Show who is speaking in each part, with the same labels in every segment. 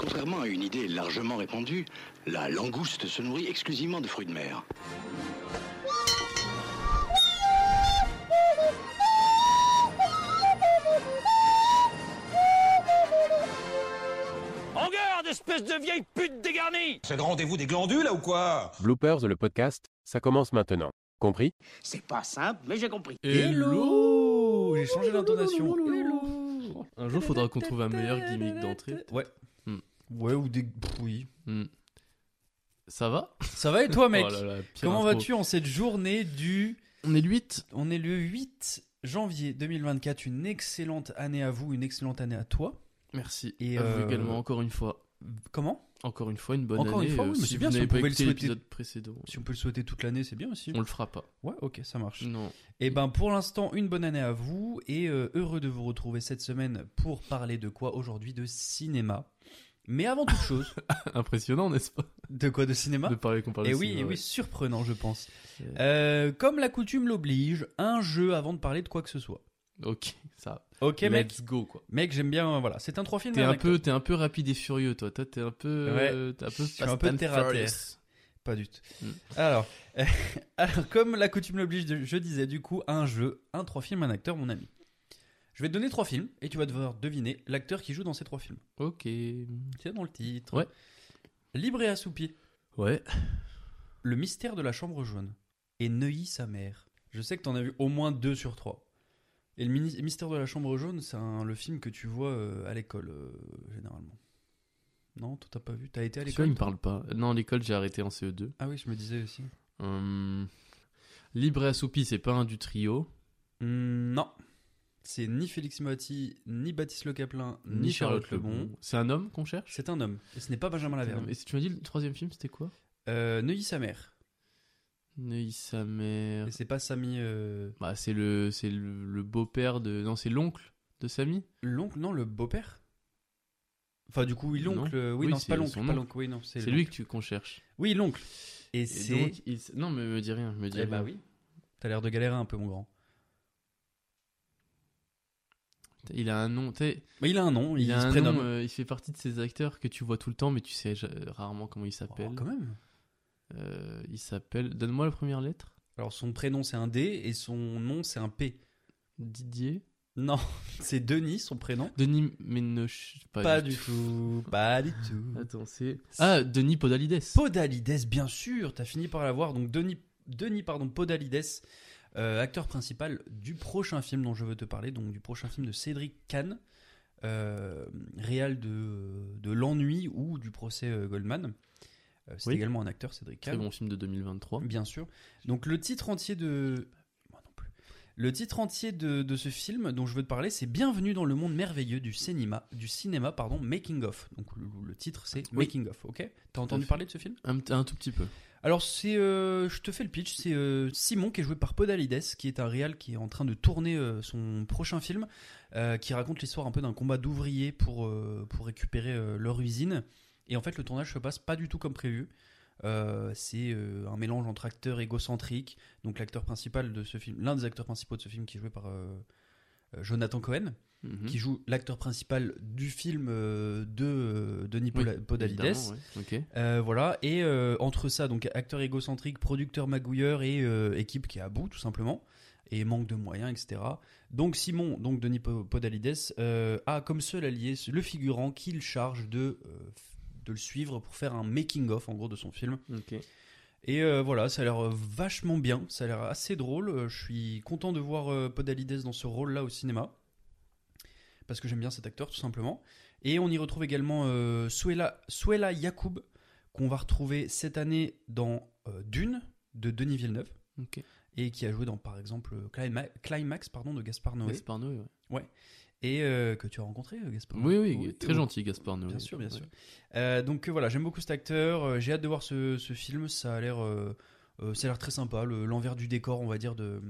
Speaker 1: Contrairement à une idée largement répandue, la langouste se nourrit exclusivement de fruits de mer.
Speaker 2: En garde, espèce de vieille pute dégarnie
Speaker 3: C'est le rendez-vous des glandules là ou quoi
Speaker 4: Bloopers, le podcast, ça commence maintenant. Compris
Speaker 2: C'est pas simple, mais j'ai compris.
Speaker 5: Hello J'ai changé d'intonation. Un jour, faudra qu'on trouve un meilleur gimmick d'entrée. Ouais.
Speaker 6: Ouais, ou des. pff, Oui.
Speaker 5: Hmm. Ça va
Speaker 6: Ça va et toi, mec
Speaker 5: Oh là là, pire
Speaker 6: Comment
Speaker 5: intro.
Speaker 6: vas-tu en cette journée du.
Speaker 5: On est le 8
Speaker 6: On est le 8 janvier 2024. Une excellente année à vous, une excellente année à toi.
Speaker 5: Merci.
Speaker 6: Et,
Speaker 5: Et à vous
Speaker 6: euh,
Speaker 5: également, encore une fois.
Speaker 6: Comment
Speaker 5: Encore une fois, une bonne
Speaker 6: Encore une
Speaker 5: année. euh,
Speaker 6: fois, oui, mais
Speaker 5: si
Speaker 6: c'est
Speaker 5: vous
Speaker 6: bien, si
Speaker 5: n'avez
Speaker 6: on
Speaker 5: pas
Speaker 6: pouvait le
Speaker 5: écouté
Speaker 6: souhaiter-
Speaker 5: l'épisode précédent,
Speaker 6: Si on peut le souhaiter toute l'année, c'est bien aussi.
Speaker 5: on le Hmm. fera pas.
Speaker 6: Ouais, ok, ça marche.
Speaker 5: Non.
Speaker 6: Et ben pour l'instant, une bonne année à vous et euh, heureux de vous retrouver cette semaine pour parler de quoi aujourd'hui De cinéma. Mais avant toute chose,
Speaker 5: Impressionnant, n'est-ce pas
Speaker 6: de quoi de cinéma
Speaker 5: De parler qu'on parle
Speaker 6: Et
Speaker 5: de
Speaker 6: oui,
Speaker 5: cinéma,
Speaker 6: Bah, eh
Speaker 5: ouais.
Speaker 6: oui, surprenant, je pense.
Speaker 5: Euh.
Speaker 6: Euh, comme la coutume l'oblige, un jeu avant de parler de quoi que ce soit.
Speaker 5: Ok,
Speaker 6: Ah,
Speaker 5: ça.
Speaker 6: Ok,
Speaker 5: Let's
Speaker 6: mec.
Speaker 5: go quoi.
Speaker 6: Mec, j'aime bien. euh, Voilà, c'est un trois films.
Speaker 5: T'es
Speaker 6: avec
Speaker 5: un peu,
Speaker 6: toi.
Speaker 5: t'es un peu rapide et furieux, toi. Toi, t'es un peu, euh, t'es un peu.
Speaker 6: Je suis un
Speaker 5: Fast
Speaker 6: peu
Speaker 5: and
Speaker 6: terre à
Speaker 5: Furious.
Speaker 6: terre. Pas du tout.
Speaker 5: Mm.
Speaker 6: Alors, euh, alors, comme la coutume l'oblige, de- je disais du coup un jeu, un trois films, un acteur, mon ami. Je vais te donner trois films et tu vas devoir deviner l'acteur qui joue dans ces trois films.
Speaker 5: Ok.
Speaker 6: C'est dans le titre.
Speaker 5: Ouais.
Speaker 6: Libre et assoupi.
Speaker 5: Ouais.
Speaker 6: Le mystère de la chambre jaune. Et Neuilly sa mère. Je sais que t'en as vu au moins deux sur trois. Et le mini- mystère de la chambre jaune, c'est un- le film que tu vois euh, à l'école, euh, généralement. Non, toi t'as pas vu T'as été à
Speaker 5: Tu vois, il
Speaker 6: l'école
Speaker 5: me
Speaker 6: toi
Speaker 5: parle pas. Non, l'école, j'ai arrêté en CE2.
Speaker 6: Ah oui, je me disais aussi.
Speaker 5: Hum, Libre et assoupi, c'est pas un du trio,
Speaker 6: Hmm, non. C'est ni Félix Moati, ni Baptiste Le Caplin, ni, Charlotte, Lebon.
Speaker 5: C'est un homme qu'on cherche
Speaker 6: C'est un homme. Et ce n'est pas Benjamin Laverne.
Speaker 5: Et si tu m'as dit le troisième film, c'était quoi
Speaker 6: Euh, Neuilly sa mère.
Speaker 5: Neuilly sa mère.
Speaker 6: Et c'est pas Samy. euh,
Speaker 5: Bah, c'est le, c'est le, le beau-père de. Non, c'est l'oncle de Samy
Speaker 6: L'oncle, non, le beau-père Enfin, du coup, oui,
Speaker 5: Non.
Speaker 6: l'oncle. euh, Oui,
Speaker 5: Oui,
Speaker 6: non, c'est pas
Speaker 5: c'est
Speaker 6: l'oncle.
Speaker 5: son
Speaker 6: Pas
Speaker 5: oncle.
Speaker 6: l'oncle, oui, non.
Speaker 5: C'est
Speaker 6: l'oncle.
Speaker 5: lui que tu qu'on cherche.
Speaker 6: Oui, l'oncle. Et,
Speaker 5: Et
Speaker 6: c'est.
Speaker 5: donc, ben, il s- Non, mais me dis rien. Me dis
Speaker 6: Eh
Speaker 5: rien.
Speaker 6: bah oui. T'as l'air de galérer un peu, mon grand.
Speaker 5: Il a un nom. tu sais,
Speaker 6: Mais il a un nom, il,
Speaker 5: Il, a
Speaker 6: se
Speaker 5: un
Speaker 6: prénomme.
Speaker 5: nom. euh, il fait partie de ces acteurs que tu vois tout le temps, mais tu sais ja- rarement comment il
Speaker 6: Oh,
Speaker 5: s'appelle.
Speaker 6: quand même.
Speaker 5: Euh, il s'appelle. Donne-moi la première lettre.
Speaker 6: Alors, son prénom, c'est un D et son nom, c'est un P.
Speaker 5: Didier.
Speaker 6: Non, c'est Denis, son prénom.
Speaker 5: Denis Ménoche. Pas,
Speaker 6: Pas du tout. Pas du tout.
Speaker 5: Attends, c'est. Ah, Denis Podalides.
Speaker 6: Podalides, bien sûr, t'as fini par l'avoir. Donc, Denis, Denis pardon, Podalides, euh, acteur principal du prochain film dont je veux te parler, donc du prochain film de Cédric Kahn, euh, réal de, de L'Ennui ou du procès euh, Goldman. Euh, c'est
Speaker 5: Oui.
Speaker 6: également un acteur, Cédric
Speaker 5: Très
Speaker 6: Kahn.
Speaker 5: bon film de 2023.
Speaker 6: Bien sûr. Donc le titre entier de moi non plus. Le titre entier de, de ce film dont je veux te parler, c'est Bienvenue dans le monde merveilleux du cinéma, du cinéma pardon, Making of. Donc le, le titre c'est
Speaker 5: Oui.
Speaker 6: Making of, ok T'as entendu
Speaker 5: fait.
Speaker 6: parler de ce film
Speaker 5: Un, un tout petit peu.
Speaker 6: Alors c'est, euh, je te fais le pitch, c'est euh, Simon qui est joué par Podalides, qui est un réal qui est en train de tourner euh, son prochain film, euh, qui raconte l'histoire un peu d'un combat d'ouvriers pour euh, pour récupérer euh, leur usine. Et en fait le tournage se passe pas du tout comme prévu. Euh, c'est euh, un mélange entre acteur égocentrique, donc l'acteur principal de ce film, l'un des acteurs principaux de ce film qui est joué par euh, euh, Jonathan Cohen,
Speaker 5: Mhm.
Speaker 6: qui joue l'acteur principal du film euh, de euh, Denis
Speaker 5: Oui,
Speaker 6: Pola- Podalides.
Speaker 5: évidemment, ouais. Ok.
Speaker 6: Euh, voilà, et euh, entre ça, donc acteur égocentrique, producteur magouilleur et euh, équipe qui est à bout, tout simplement. et manque de moyens, etc. Donc Simon, donc Denis Po- Podalides, euh, a comme seul allié le figurant qu'il charge de, euh, f- de le suivre pour faire un making-of, en gros, de son film.
Speaker 5: Ok.
Speaker 6: Et euh, voilà, ça a l'air euh, vachement bien, ça a l'air assez drôle. Euh, Je suis content de voir euh, Podalides dans ce rôle-là au cinéma. Parce que j'aime bien cet acteur, tout simplement. Et on y retrouve également euh, Suela, Suela Yacoub, qu'on va retrouver cette année dans euh, Dune, de Denis Villeneuve.
Speaker 5: Ok.
Speaker 6: Et qui a joué dans, par exemple, euh, Clima- Climax pardon, de Gaspard Noé.
Speaker 5: Gaspard Noé, ouais.
Speaker 6: Et euh, que tu as rencontré, euh, Gaspard
Speaker 5: Oui,
Speaker 6: Noé.
Speaker 5: oui, très gentil, Gaspard Noé.
Speaker 6: Bien sûr, bien sûr. Euh, donc euh, voilà, j'aime beaucoup cet acteur. euh, J'ai hâte de voir ce, ce film. Ça a l'air, euh, euh, ça a l'air très sympa. le- L'envers du décor, on va dire, de-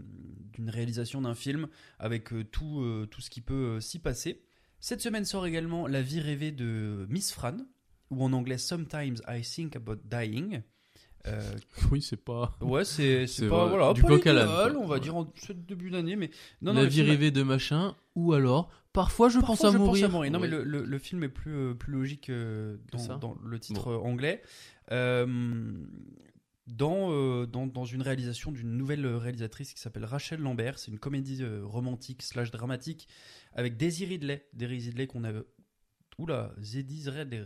Speaker 6: d'une réalisation d'un film avec euh, tout, euh, tout ce qui peut euh, s'y passer. Cette semaine sort également La vie rêvée de Miss Fran, ou en anglais Sometimes I Think About Dying. Euh,
Speaker 5: Oui, c'est pas.
Speaker 6: ouais, c'est c'est
Speaker 5: C'est
Speaker 6: pas
Speaker 5: vrai,
Speaker 6: voilà
Speaker 5: du
Speaker 6: pas
Speaker 5: coq à
Speaker 6: l'idéal,
Speaker 5: l'âne, quoi.
Speaker 6: on va
Speaker 5: Ouais.
Speaker 6: dire en ce début d'année, mais
Speaker 5: la
Speaker 6: le
Speaker 5: vie
Speaker 6: film-
Speaker 5: rêvée de machin, ou alors, parfois je pense
Speaker 6: Parfois,
Speaker 5: à
Speaker 6: je
Speaker 5: mourir.
Speaker 6: Non, mais
Speaker 5: Ouais.
Speaker 6: le, le- le film est plus, euh, plus logique euh,
Speaker 5: Que
Speaker 6: dans,
Speaker 5: ça
Speaker 6: dans le titre euh, anglais. Euh, dans, euh, dans, dans une réalisation d'une nouvelle réalisatrice qui s'appelle Rachel Lambert. C'est une comédie euh, romantique slash dramatique avec Daisy Ridley. Daisy Ridley qu'on a... Oula, Zeddy Ridley.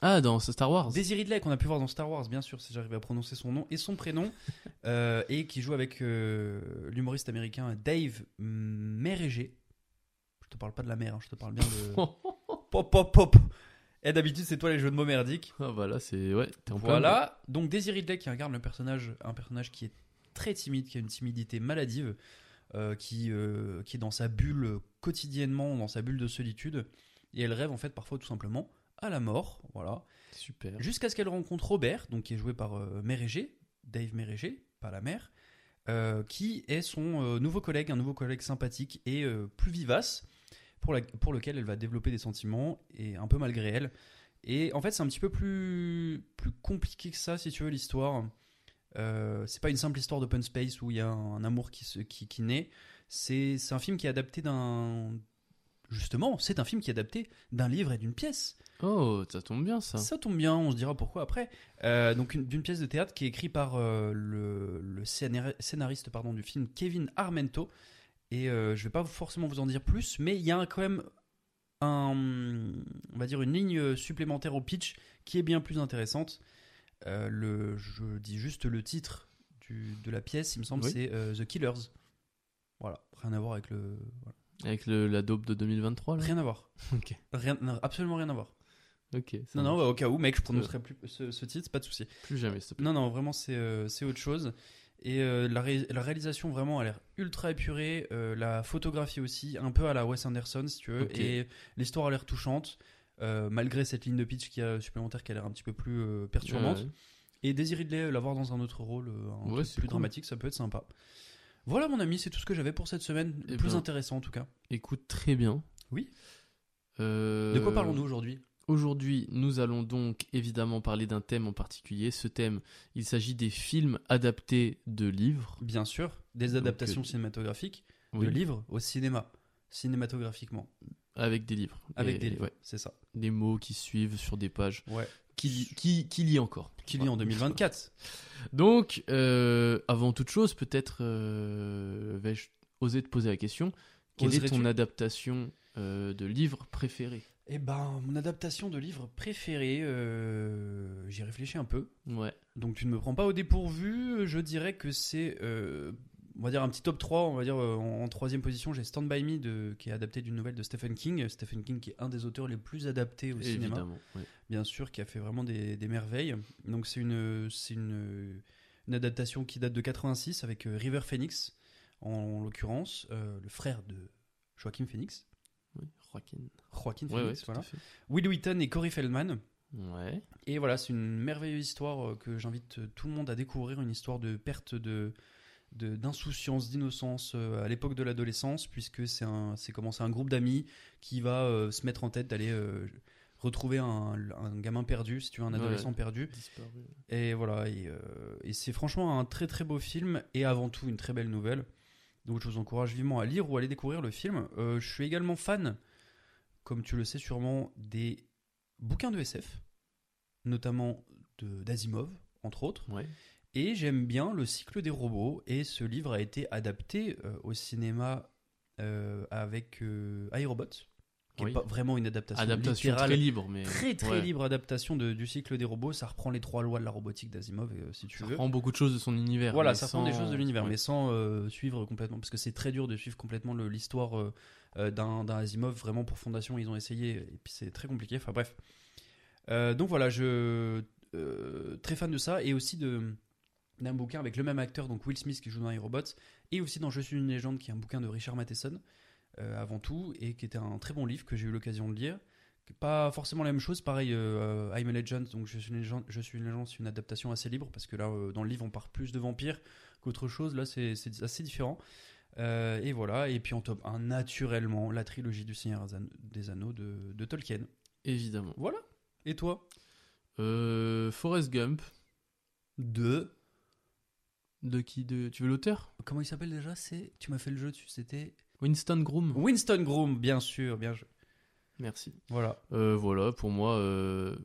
Speaker 5: Ah, dans Star Wars.
Speaker 6: Daisy Ridley qu'on a pu voir dans Star Wars, bien sûr, si j'arrive à prononcer son nom et son prénom, euh, et qui joue avec euh, l'humoriste américain Dave Mérégé. Je te parle pas de la mer, hein, je te parle bien de... Pop, pop, pop. Et d'habitude, c'est toi les jeux de mots merdiques.
Speaker 5: Ah, bah là, c'est. Ouais, t'es en plein.
Speaker 6: Voilà. Donc Daisy Ridley qui incarne le personnage, un personnage qui est très timide, qui a une timidité maladive, euh, qui, euh, qui est dans sa bulle euh, quotidiennement, dans sa bulle de solitude. Et elle rêve en fait parfois tout simplement à la mort. Voilà.
Speaker 5: Super.
Speaker 6: Jusqu'à ce qu'elle rencontre Robert, donc qui est joué par euh, Mérégé, Dave Mérégé, pas la mère, euh, qui est son euh, nouveau collègue, un nouveau collègue sympathique et euh, plus vivace, pour, la- pour lequel elle va développer des sentiments, et un peu malgré elle. Et en fait, c'est un petit peu plus, plus compliqué que ça, si tu veux, l'histoire. Euh, c'est pas une simple histoire d'open space où il y a un, un amour qui, se, qui, qui naît. C'est c'est un film qui est adapté d'un. Justement, c'est un film qui est adapté d'un livre et d'une pièce.
Speaker 5: Oh, ça tombe bien ça.
Speaker 6: Ça tombe bien, on se dira pourquoi après. Euh, donc une- d'une pièce de théâtre qui est écrite par euh, le, le scénar- scénariste pardon, du film Kevin Armento. Et euh, je vais pas vous- forcément vous en dire plus, mais il y a quand même un, on va dire une ligne supplémentaire au pitch qui est bien plus intéressante. Euh, le, je dis juste le titre du- de la pièce, il me semble,
Speaker 5: Oui.
Speaker 6: c'est euh, The Killers. Voilà, rien à voir avec le. voilà.
Speaker 5: Avec le, la dope de 2023 là.
Speaker 6: Rien à voir.
Speaker 5: Ok.
Speaker 6: Rien, non, absolument rien à voir.
Speaker 5: Ok. ça
Speaker 6: Non, non,
Speaker 5: marche. Euh.
Speaker 6: bah, au cas où, mec, je prononcerai plus ce, ce titre, pas de souci.
Speaker 5: Plus jamais, s'il te plaît.
Speaker 6: Non, non, vraiment, c'est euh, c'est autre chose. Et euh, la, ré- la réalisation, vraiment, a l'air ultra épurée. euh, la photographie aussi, un peu à la Wes Anderson, si tu veux.
Speaker 5: Ok.
Speaker 6: Et l'histoire a l'air touchante, euh, malgré cette ligne de pitch qui a, supplémentaire qui a l'air un petit peu plus euh, perturbante.
Speaker 5: Ouais, ouais.
Speaker 6: Et Daisy Ridley, euh, la voir dans un autre rôle, euh, un
Speaker 5: Ouais,
Speaker 6: truc
Speaker 5: c'est
Speaker 6: plus
Speaker 5: cool.
Speaker 6: dramatique, ça peut être sympa. Voilà, mon ami, c'est tout ce que j'avais pour cette semaine.
Speaker 5: Eh
Speaker 6: plus
Speaker 5: ben.
Speaker 6: intéressant, en tout cas.
Speaker 5: Écoute très bien.
Speaker 6: Oui.
Speaker 5: Euh,
Speaker 6: De quoi parlons-nous aujourd'hui
Speaker 5: Aujourd'hui, nous allons donc évidemment parler d'un thème en particulier. Ce thème, il s'agit des films adaptés de livres.
Speaker 6: Bien sûr, des adaptations
Speaker 5: euh,
Speaker 6: cinématographiques,
Speaker 5: Oui,
Speaker 6: de livres au cinéma, cinématographiquement,
Speaker 5: Avec des livres.
Speaker 6: avec
Speaker 5: Et-
Speaker 6: des livres.
Speaker 5: ouais,
Speaker 6: C'est ça.
Speaker 5: des mots qui suivent sur des pages.
Speaker 6: Ouais.
Speaker 5: Qui, lit- qui, qui lit encore
Speaker 6: Qui lit en 2024.
Speaker 5: Donc, euh, avant toute chose, peut-être euh, vais-je oser te poser la question. Quelle est
Speaker 6: Oserais-tu
Speaker 5: ton adaptation euh, de livre préférée
Speaker 6: Eh ben, mon adaptation de livre préféré, euh, j'y réfléchis un peu.
Speaker 5: Ouais.
Speaker 6: Donc tu ne me prends pas au dépourvu, je dirais que c'est, euh, on va dire, un petit top 3, on va dire euh, en, en troisième position, j'ai Stand By Me, de, qui est adapté d'une nouvelle de Stephen King. Stephen King qui est un des auteurs les plus adaptés au cinéma.
Speaker 5: Évidemment. ouais.
Speaker 6: bien sûr, qui a fait vraiment des, des merveilles. Donc c'est une, c'est une, une adaptation qui date de 86 avec euh, River Phoenix, en, l'occurrence, euh, le frère de Joaquin Phoenix.
Speaker 5: Oui, Joaquin.
Speaker 6: Joaquin
Speaker 5: Ouais, ouais,
Speaker 6: Phoenix,
Speaker 5: tout à
Speaker 6: voilà.
Speaker 5: fait.
Speaker 6: Will Wheaton et Corey Feldman.
Speaker 5: Ouais.
Speaker 6: Et voilà, c'est une merveilleuse histoire euh, que j'invite euh, tout le monde à découvrir, une histoire de perte de de- d'insouciance, d'innocence euh, à l'époque de l'adolescence, puisque c'est un- c'est comment c'est un groupe d'amis qui va euh, se mettre en tête d'aller euh, retrouver un, un gamin perdu, si tu veux, un
Speaker 5: Ouais.
Speaker 6: adolescent perdu.
Speaker 5: Disparu.
Speaker 6: Et voilà, et, euh, et c'est franchement un très très beau film et avant tout une très belle nouvelle. Donc je vous encourage vivement à lire ou à aller découvrir le film. Euh, je suis également fan, comme tu le sais sûrement, des bouquins de SF, notamment de- d'Asimov, entre autres.
Speaker 5: Ouais.
Speaker 6: Et j'aime bien le cycle des robots. Et ce livre a été adapté euh, au cinéma euh, avec euh, iRobot, qui n'est
Speaker 5: Oui.
Speaker 6: pas vraiment une adaptation,
Speaker 5: Adaptation
Speaker 6: littérale,
Speaker 5: très libre, mais
Speaker 6: très, très
Speaker 5: ouais.
Speaker 6: libre adaptation de- du cycle des robots. Ça reprend les trois lois de la robotique d'Asimov, euh, si tu
Speaker 5: Ça
Speaker 6: veux.
Speaker 5: prend beaucoup de choses de son univers.
Speaker 6: Voilà,
Speaker 5: mais
Speaker 6: ça
Speaker 5: sans-
Speaker 6: prend des choses de l'univers,
Speaker 5: Ouais.
Speaker 6: mais sans euh, suivre complètement, parce que c'est très dur de suivre complètement le- l'histoire euh, euh, d'un d'un Asimov. Vraiment, pour Fondation, ils ont essayé, et puis c'est très compliqué. Enfin bref. Euh, donc voilà, je euh, très fan de ça, et aussi de d'un bouquin avec le même acteur, donc Will Smith qui joue dans iRobot, et aussi dans Je suis une légende, qui est un bouquin de Richard Matheson, euh, avant tout, et qui était un très bon livre que j'ai eu l'occasion de lire. Pas forcément la même chose, pareil, euh, I'm a Legend, donc Je suis une légende, Je suis une, légende, c'est une adaptation assez libre, parce que là, euh, dans le livre, on part plus de vampires qu'autre chose, là, c'est c'est assez différent. Euh, et voilà, et puis en top 1, naturellement, la trilogie du Seigneur des Anneaux de, de Tolkien.
Speaker 5: Évidemment.
Speaker 6: Voilà. Et toi
Speaker 5: Euh, Forrest Gump,
Speaker 6: De.
Speaker 5: de qui de... Tu veux l'auteur
Speaker 6: Comment il s'appelle déjà C'est. Tu m'as fait le jeu dessus, c'était.
Speaker 5: Winston Groom.
Speaker 6: Winston Groom, bien sûr, bien joué.
Speaker 5: Merci.
Speaker 6: Voilà.
Speaker 5: Euh, voilà, pour moi, euh,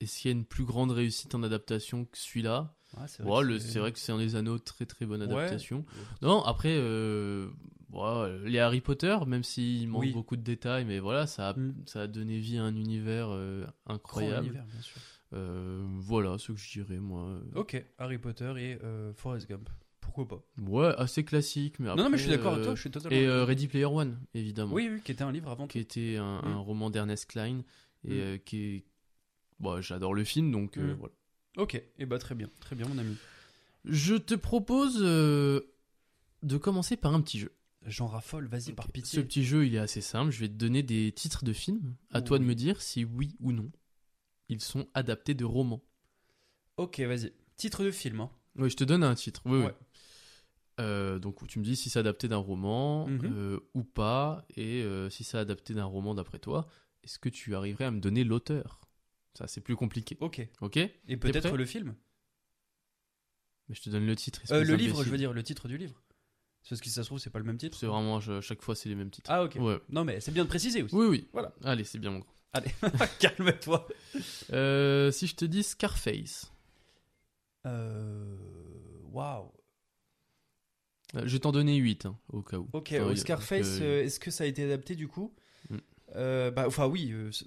Speaker 5: est-ce qu'il y a une plus grande réussite en adaptation que celui-là
Speaker 6: Ah, c'est
Speaker 5: Ouais, le- C'est vrai que c'est un des anneaux très très bonne
Speaker 6: Ouais.
Speaker 5: adaptation. Non, après, euh, ouais, les Harry Potter, même s'il manque
Speaker 6: Oui.
Speaker 5: beaucoup de détails, mais voilà, ça a,
Speaker 6: Mm.
Speaker 5: ça a donné vie à un univers euh, incroyable.
Speaker 6: Univers, bien sûr.
Speaker 5: Euh, voilà ce que je dirais, moi.
Speaker 6: Ok, Harry Potter et euh, Forrest Gump. Pourquoi pas
Speaker 5: Ouais, assez classique, mais
Speaker 6: Non, non, mais
Speaker 5: après,
Speaker 6: je suis d'accord avec
Speaker 5: euh,
Speaker 6: toi, je suis totalement.
Speaker 5: Et euh, Ready Player One, évidemment.
Speaker 6: oui, oui, qui était un livre avant
Speaker 5: Qui
Speaker 6: tout.
Speaker 5: était un, un
Speaker 6: Mm.
Speaker 5: roman d'Ernest Klein. Et
Speaker 6: Mm.
Speaker 5: euh, qui est. Bon, j'adore le film, donc euh,
Speaker 6: Mm.
Speaker 5: voilà.
Speaker 6: Ok, et bah très bien, très bien, mon ami.
Speaker 5: Je te propose euh, de commencer par un petit jeu.
Speaker 6: J'en raffole, vas-y, par
Speaker 5: Ce
Speaker 6: pitié.
Speaker 5: petit jeu, il est assez simple. Je vais te donner des titres de films. À toi de
Speaker 6: Oui.
Speaker 5: me dire si oui ou non ils sont adaptés de romans.
Speaker 6: Ok, vas-y. Titre de film, hein.
Speaker 5: Oui, je te donne un titre. Oui, oui.
Speaker 6: Ouais.
Speaker 5: Euh, donc tu me dis si c'est adapté d'un roman
Speaker 6: Mhm.
Speaker 5: euh, ou pas, et euh, si c'est adapté d'un roman d'après toi, est-ce que tu arriverais à me donner l'auteur Ça, c'est plus compliqué.
Speaker 6: Ok.
Speaker 5: Ok Mais
Speaker 6: Et peut-être
Speaker 5: prêt
Speaker 6: le film
Speaker 5: je te donne le titre.
Speaker 6: Euh,
Speaker 5: espèce
Speaker 6: Le livre,
Speaker 5: d'imbécile.
Speaker 6: je veux dire, le titre du livre. Parce que si ça se trouve, c'est pas le même titre.
Speaker 5: C'est vraiment, je- chaque fois, c'est les mêmes titres.
Speaker 6: Ah, ok.
Speaker 5: Ouais.
Speaker 6: Non, mais c'est bien de préciser aussi.
Speaker 5: Oui, oui.
Speaker 6: Voilà.
Speaker 5: Allez, c'est bien mon grand.
Speaker 6: Allez, calme-toi.
Speaker 5: Euh, si je te dis Scarface,
Speaker 6: Euh, Waouh.
Speaker 5: Euh, je vais t'en donner 8, au cas où.
Speaker 6: Ok,
Speaker 5: Enfin,
Speaker 6: euh,
Speaker 5: oui,
Speaker 6: Scarface,
Speaker 5: parce que-
Speaker 6: euh, est-ce que ça a été adapté du coup
Speaker 5: Mm.
Speaker 6: Euh, bah, Enfin, oui. euh, c'est-